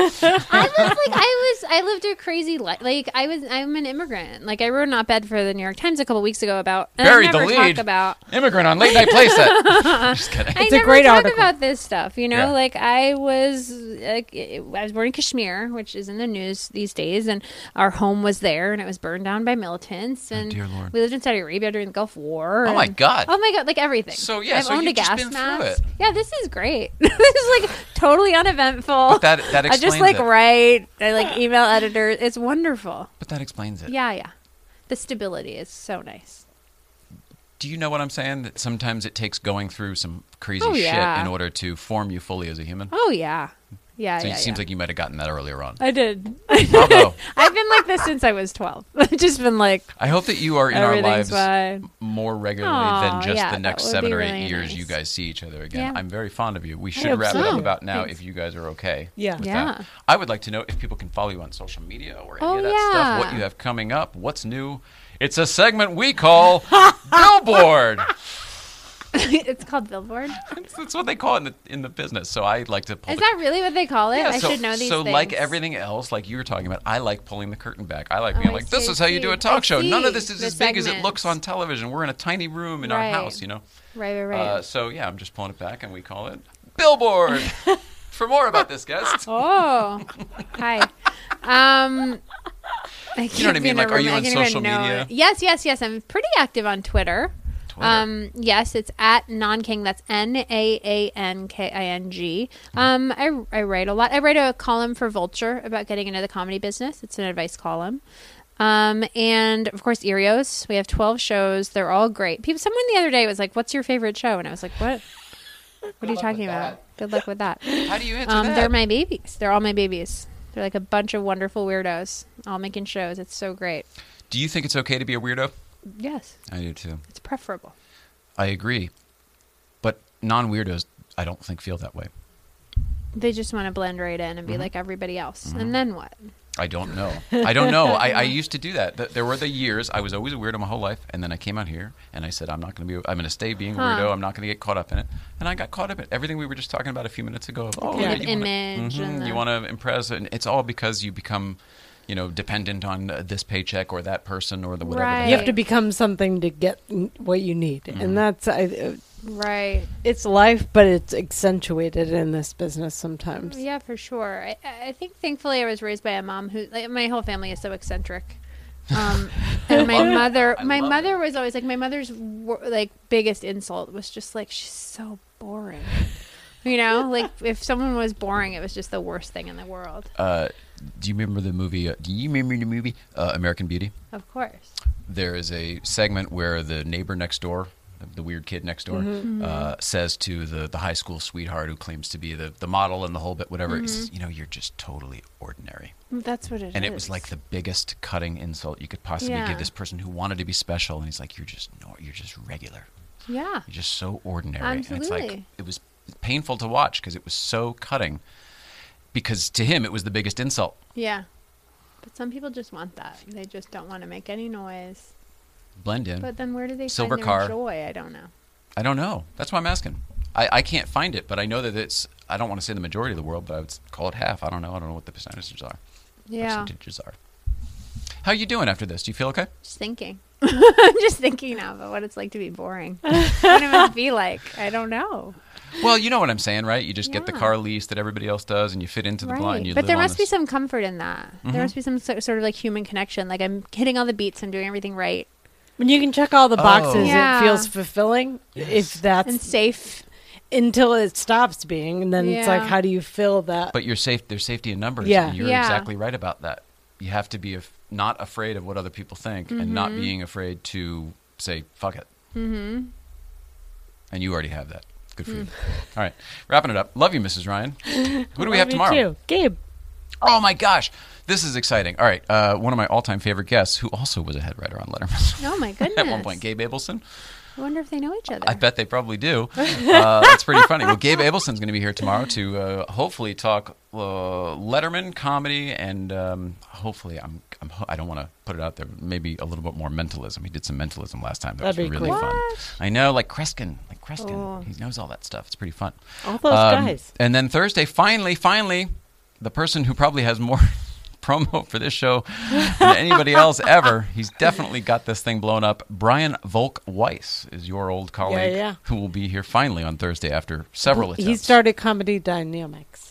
Speaker 4: was like,
Speaker 1: [LAUGHS]
Speaker 4: I was, I lived a crazy life. Like, I was, I'm an immigrant. Like, I wrote an op-ed for the New York Times a couple weeks ago about. and I
Speaker 1: Bury the
Speaker 4: never
Speaker 1: lead.
Speaker 4: talk about.
Speaker 1: Immigrant on late night
Speaker 4: [LAUGHS]
Speaker 1: playset. Just kidding.
Speaker 4: I
Speaker 2: a
Speaker 4: never
Speaker 2: great
Speaker 4: talk
Speaker 2: article.
Speaker 4: about this stuff. You know,
Speaker 1: Yeah.
Speaker 4: like I was, like, I was born in Kashmir, which is in the news these days, and our home was there, and it was burned down by militants. And
Speaker 1: Oh, dear Lord.
Speaker 4: we lived in Saudi Arabia during the Gulf War.
Speaker 1: Oh, my
Speaker 4: and-
Speaker 1: God.
Speaker 4: Oh my god! Like everything.
Speaker 1: So, yeah,
Speaker 4: I've
Speaker 1: so
Speaker 4: owned
Speaker 1: you've
Speaker 4: a
Speaker 1: just
Speaker 4: gas
Speaker 1: been through
Speaker 4: mask.
Speaker 1: it.
Speaker 4: Yeah, this is great. [LAUGHS] this is like totally uneventful.
Speaker 1: But that- that
Speaker 4: [LAUGHS] I just
Speaker 1: explains
Speaker 4: like
Speaker 1: it.
Speaker 4: write.
Speaker 1: [GASPS]
Speaker 4: I like email editors. It's wonderful.
Speaker 1: But that explains it.
Speaker 4: Yeah, yeah. The stability is so nice.
Speaker 1: Do you know what I'm saying? That sometimes it takes going through some crazy
Speaker 4: Oh, yeah.
Speaker 1: shit in order to form you fully as a human.
Speaker 4: Oh yeah, yeah.
Speaker 1: So
Speaker 4: yeah,
Speaker 1: it seems
Speaker 4: yeah.
Speaker 1: like you might have gotten that earlier
Speaker 4: [LAUGHS]
Speaker 1: on.
Speaker 4: I did.
Speaker 1: Bravo.
Speaker 4: I've been like this since I was 12. [LAUGHS] I've just been like,
Speaker 1: I hope that you are in our lives
Speaker 4: everything's fine.
Speaker 1: more regularly
Speaker 4: Aw,
Speaker 1: than just
Speaker 4: yeah,
Speaker 1: the
Speaker 4: that
Speaker 1: next
Speaker 4: would
Speaker 1: seven
Speaker 4: be
Speaker 1: or eight
Speaker 4: really
Speaker 1: years
Speaker 4: nice.
Speaker 1: you guys see each other again.
Speaker 4: Yeah.
Speaker 1: I'm very fond of you. We should
Speaker 2: hope
Speaker 1: wrap it
Speaker 2: so.
Speaker 1: up about now
Speaker 4: Thanks.
Speaker 1: if you guys are okay.
Speaker 2: Yeah.
Speaker 1: with
Speaker 4: Yeah.
Speaker 1: that. I would like to know if people can follow you on social media or any
Speaker 4: Oh,
Speaker 1: of that stuff, what
Speaker 4: yeah.
Speaker 1: you have coming up, what's new. It's a segment we
Speaker 4: [LAUGHS]
Speaker 1: call Billboard.
Speaker 4: it's called Billboard.
Speaker 1: That's, that's what they call it in the, in the business. So I like to pull
Speaker 4: Is
Speaker 1: the
Speaker 4: that really what they call it?
Speaker 1: Yeah,
Speaker 4: I
Speaker 1: so,
Speaker 4: should know these
Speaker 1: so
Speaker 4: things.
Speaker 1: like everything else, like you were talking about, I like pulling the curtain back. I like
Speaker 4: Oh,
Speaker 1: being
Speaker 4: I
Speaker 1: like,
Speaker 4: see,
Speaker 1: this
Speaker 4: I
Speaker 1: is how you do
Speaker 4: see.
Speaker 1: a talk
Speaker 4: I
Speaker 1: show. None of
Speaker 4: see
Speaker 1: this is
Speaker 4: the
Speaker 1: as big as it looks
Speaker 4: segments.
Speaker 1: on television. We're in a tiny room in
Speaker 4: Right.
Speaker 1: our house, you know?
Speaker 4: Right, right, right.
Speaker 1: Uh, so, yeah, I'm just pulling it back and we call it
Speaker 4: [LAUGHS]
Speaker 1: Billboard. For more about this guest,
Speaker 4: oh, hi. Um, I can't
Speaker 1: You know what I
Speaker 4: be
Speaker 1: mean?
Speaker 4: in a
Speaker 1: Like, are
Speaker 4: room.
Speaker 1: you
Speaker 4: I
Speaker 1: on
Speaker 4: can't even
Speaker 1: social
Speaker 4: know
Speaker 1: media?
Speaker 4: it. Yes, yes, yes. I'm pretty active on Twitter.
Speaker 1: Twitter.
Speaker 4: Um, yes, it's at nonking. That's N A A N K I N G. Um, I, I write a lot. I write a column for Vulture about getting into the comedy business. It's an advice column. Um, and of course, Erios. We have 12 shows. They're all great. People, someone the other day was like, What's your favorite show? And I was like, What? What are you talking about? Good luck with that.
Speaker 1: how do you answer
Speaker 4: Um,
Speaker 1: that?
Speaker 4: they're my babies. They're all my babies. They're like a bunch of wonderful weirdos, all making shows. It's so great.
Speaker 1: do you think it's okay to be a weirdo?
Speaker 4: Yes,
Speaker 1: I do too.
Speaker 4: it's preferable.
Speaker 1: I agree. But non weirdos, I don't think, feel that way.
Speaker 4: They just want to blend right in and
Speaker 1: Mm-hmm.
Speaker 4: be like everybody else. And then what?
Speaker 1: I don't know. I don't know. I, I used to do that. Th- There were the years I was always a weirdo my whole life, and then I came out here and I said, "I'm not going to be. I'm going to stay being a
Speaker 4: Huh.
Speaker 1: weirdo. I'm not going to get caught up in it." And I got caught up in everything we were just talking about a few minutes ago. Of, oh, yeah,
Speaker 4: Kind of
Speaker 1: you wanna-
Speaker 4: image
Speaker 1: Mhm,
Speaker 4: and
Speaker 1: you
Speaker 4: the-
Speaker 1: want to impress, and it's all because you become, you know, dependent on uh, this paycheck or that person or the whatever. the
Speaker 4: Right.
Speaker 2: You have to become something to get n- what you need,
Speaker 1: Mm-hmm.
Speaker 2: and that's I, uh,
Speaker 4: Right.
Speaker 2: it's life, but it's accentuated in this business sometimes.
Speaker 4: Yeah, for sure. I,
Speaker 1: [LAUGHS]
Speaker 4: I I think thankfully I was raised by a mom who like, my whole family is so eccentric. Um, and my
Speaker 1: love it.
Speaker 4: mother,
Speaker 1: I
Speaker 4: my
Speaker 1: love
Speaker 4: mother was always like my mother's wor- like biggest insult was just like she's so boring. You
Speaker 1: [LAUGHS]
Speaker 4: know, like if someone was boring, it was just the worst thing in the world.
Speaker 1: Uh, do you remember the movie? Uh, do you remember the movie uh, American Beauty?
Speaker 4: Of course.
Speaker 1: There is a segment where the neighbor next door, the weird kid next door,
Speaker 4: Mm-hmm.
Speaker 1: uh, says to the, the high school sweetheart who claims to be the, the model and the whole bit, whatever, he says, you know, you're just totally ordinary.
Speaker 4: That's what Mm-hmm. it is.
Speaker 1: And it was like the biggest cutting insult you could possibly
Speaker 4: Yeah.
Speaker 1: give this person who wanted to be special. And he's like, you're just no, you're just regular.
Speaker 4: yeah.
Speaker 1: You're just so ordinary. And it's like
Speaker 4: Absolutely.
Speaker 1: it was painful to watch because it was so cutting. Because to him, it was the biggest insult.
Speaker 4: Yeah. But some people just want that. They just don't want to make any noise.
Speaker 1: Blend in.
Speaker 4: But then where do they
Speaker 1: Silver
Speaker 4: find their
Speaker 1: car.
Speaker 4: joy? I don't know.
Speaker 1: I don't know. That's why I'm asking. I, I can't find it, but I know that it's. I don't want to say the majority of the world, but I would s- call it half. I don't know. I don't know what the percentages are.
Speaker 4: Yeah.
Speaker 1: Percentages are. How you doing after this? Do you feel okay?
Speaker 4: Just thinking. [LAUGHS] I'm just thinking now about what it's like to
Speaker 2: [LAUGHS]
Speaker 4: be boring. what it must be like. I don't know.
Speaker 1: Well, you know what I'm saying, right? You just get the
Speaker 4: Yeah.
Speaker 1: car lease that everybody else does, and you fit into the plot. And you live
Speaker 4: but
Speaker 1: Mm-hmm.
Speaker 4: there
Speaker 1: on
Speaker 4: must be
Speaker 1: this-
Speaker 4: some comfort in that. There must be some so- sort of like human connection. Like I'm hitting all the beats, I'm doing everything right
Speaker 2: When you can check all the boxes,
Speaker 1: Oh.
Speaker 4: Yeah.
Speaker 2: it feels fulfilling. If that's
Speaker 4: and safe.
Speaker 2: until it stops being, and then it's like,
Speaker 4: Yeah.
Speaker 2: how do you fill that?
Speaker 1: But you're safe. There's safety in numbers.
Speaker 2: Yeah.
Speaker 1: and you're
Speaker 4: Yeah.
Speaker 1: exactly right about that. You have to be af- not afraid of what other people think, and not
Speaker 4: Mm-hmm.
Speaker 1: being afraid to say "fuck it." Mm-hmm. And you already have that. Good for you.
Speaker 4: Mm.
Speaker 1: All right, wrapping it up. Love you, Mrs.
Speaker 4: [LAUGHS]
Speaker 1: Ryan. Who do we have
Speaker 2: Me
Speaker 1: tomorrow?
Speaker 2: too. Gabe.
Speaker 1: Oh my gosh, this is exciting! All right, uh, one of my all-time favorite guests, who also was a head writer on Letterman
Speaker 4: Oh my
Speaker 1: [LAUGHS]
Speaker 4: goodness.
Speaker 1: at one point, Gabe Abelson.
Speaker 4: I wonder if they know each other.
Speaker 1: I bet they probably do. Uh, that's pretty funny. Well, Gabe Abelson's going to be here tomorrow to uh, hopefully talk uh, Letterman comedy, and um, hopefully, I'm, I'm ho- I don't want to put it out there. but Maybe a little bit more mentalism. He did some mentalism last time. That
Speaker 2: That'd
Speaker 1: was
Speaker 2: be
Speaker 1: really
Speaker 2: cool.
Speaker 1: fun. I know, like Kreskin, like Kreskin.
Speaker 4: Oh.
Speaker 1: He knows all that stuff. It's pretty fun.
Speaker 2: All those
Speaker 1: Um,
Speaker 2: guys.
Speaker 1: And then Thursday, finally, finally, the person who probably has more [LAUGHS] promo for this show than anybody else ever. He's definitely got this thing blown up. Brian Volk Weiss is your old colleague
Speaker 2: yeah.
Speaker 1: who will be here finally on Thursday after several attempts.
Speaker 2: He started Comedy Dynamics.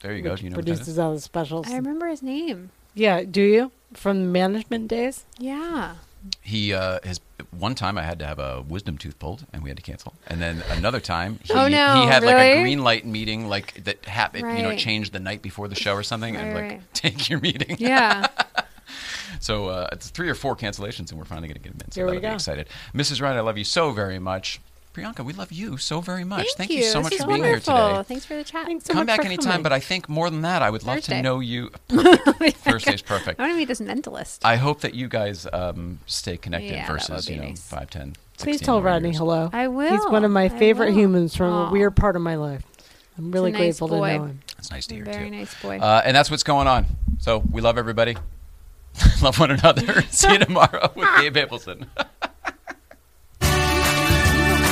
Speaker 1: There you go.
Speaker 2: which
Speaker 1: You know what that is?
Speaker 2: produces all the specials.
Speaker 4: I remember his name.
Speaker 2: Yeah, do you? From the management days?
Speaker 1: [LAUGHS]
Speaker 4: Yeah.
Speaker 1: He uh, his one time I had to have a wisdom tooth pulled and we had to cancel, and then another time he,
Speaker 4: Oh, no,
Speaker 1: he had like a
Speaker 4: really?
Speaker 1: green light meeting like that happened you know
Speaker 4: Right.
Speaker 1: changed the night before the show or something and
Speaker 4: Right,
Speaker 1: like
Speaker 4: right.
Speaker 1: [LAUGHS] take your meeting.
Speaker 4: Yeah.
Speaker 1: So uh, it's three or four cancellations, and we're finally going to get them in. So
Speaker 2: Here we
Speaker 1: that'll be
Speaker 2: go.
Speaker 1: excited. Mrs. Ryan, I love you so very much. Priyanka, we love you so very much. Thank, you. so
Speaker 4: This
Speaker 1: much
Speaker 4: was
Speaker 1: for being
Speaker 4: wonderful.
Speaker 1: here today.
Speaker 4: Thanks for the chat.
Speaker 2: Thanks so
Speaker 1: Come
Speaker 2: much
Speaker 1: back
Speaker 2: for
Speaker 1: anytime,
Speaker 2: coming.
Speaker 1: but I think more than that, I would love to
Speaker 4: Thursday.
Speaker 1: know you. Thursday's perfect.
Speaker 4: [LAUGHS] I want to meet this mentalist.
Speaker 1: I hope that you guys um, stay connected
Speaker 4: Yeah, that would
Speaker 1: versus,
Speaker 4: be
Speaker 1: you know,
Speaker 4: nice.
Speaker 1: five, ten, sixteen.
Speaker 2: Please
Speaker 1: 16
Speaker 2: tell
Speaker 1: more
Speaker 2: Rodney
Speaker 1: years.
Speaker 2: hello.
Speaker 4: I
Speaker 2: He's one of
Speaker 4: will. I
Speaker 2: my favorite
Speaker 4: will.
Speaker 2: humans from
Speaker 4: Aw.
Speaker 2: a weird part of my life. I'm really
Speaker 4: nice
Speaker 2: grateful
Speaker 4: boy.
Speaker 2: to know him.
Speaker 1: It's nice to hear,
Speaker 4: Very
Speaker 1: too.
Speaker 4: nice boy.
Speaker 1: Uh, and that's what's going on. So we love everybody. [LAUGHS] love one another. [LAUGHS] See you tomorrow with Gabe Abelson.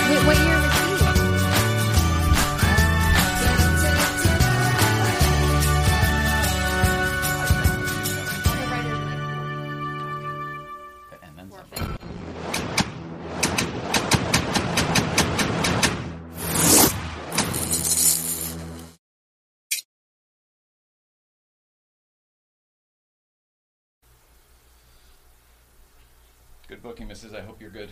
Speaker 4: Wait, what year was he?
Speaker 1: And then some- Good booking, Mrs. I hope you're good.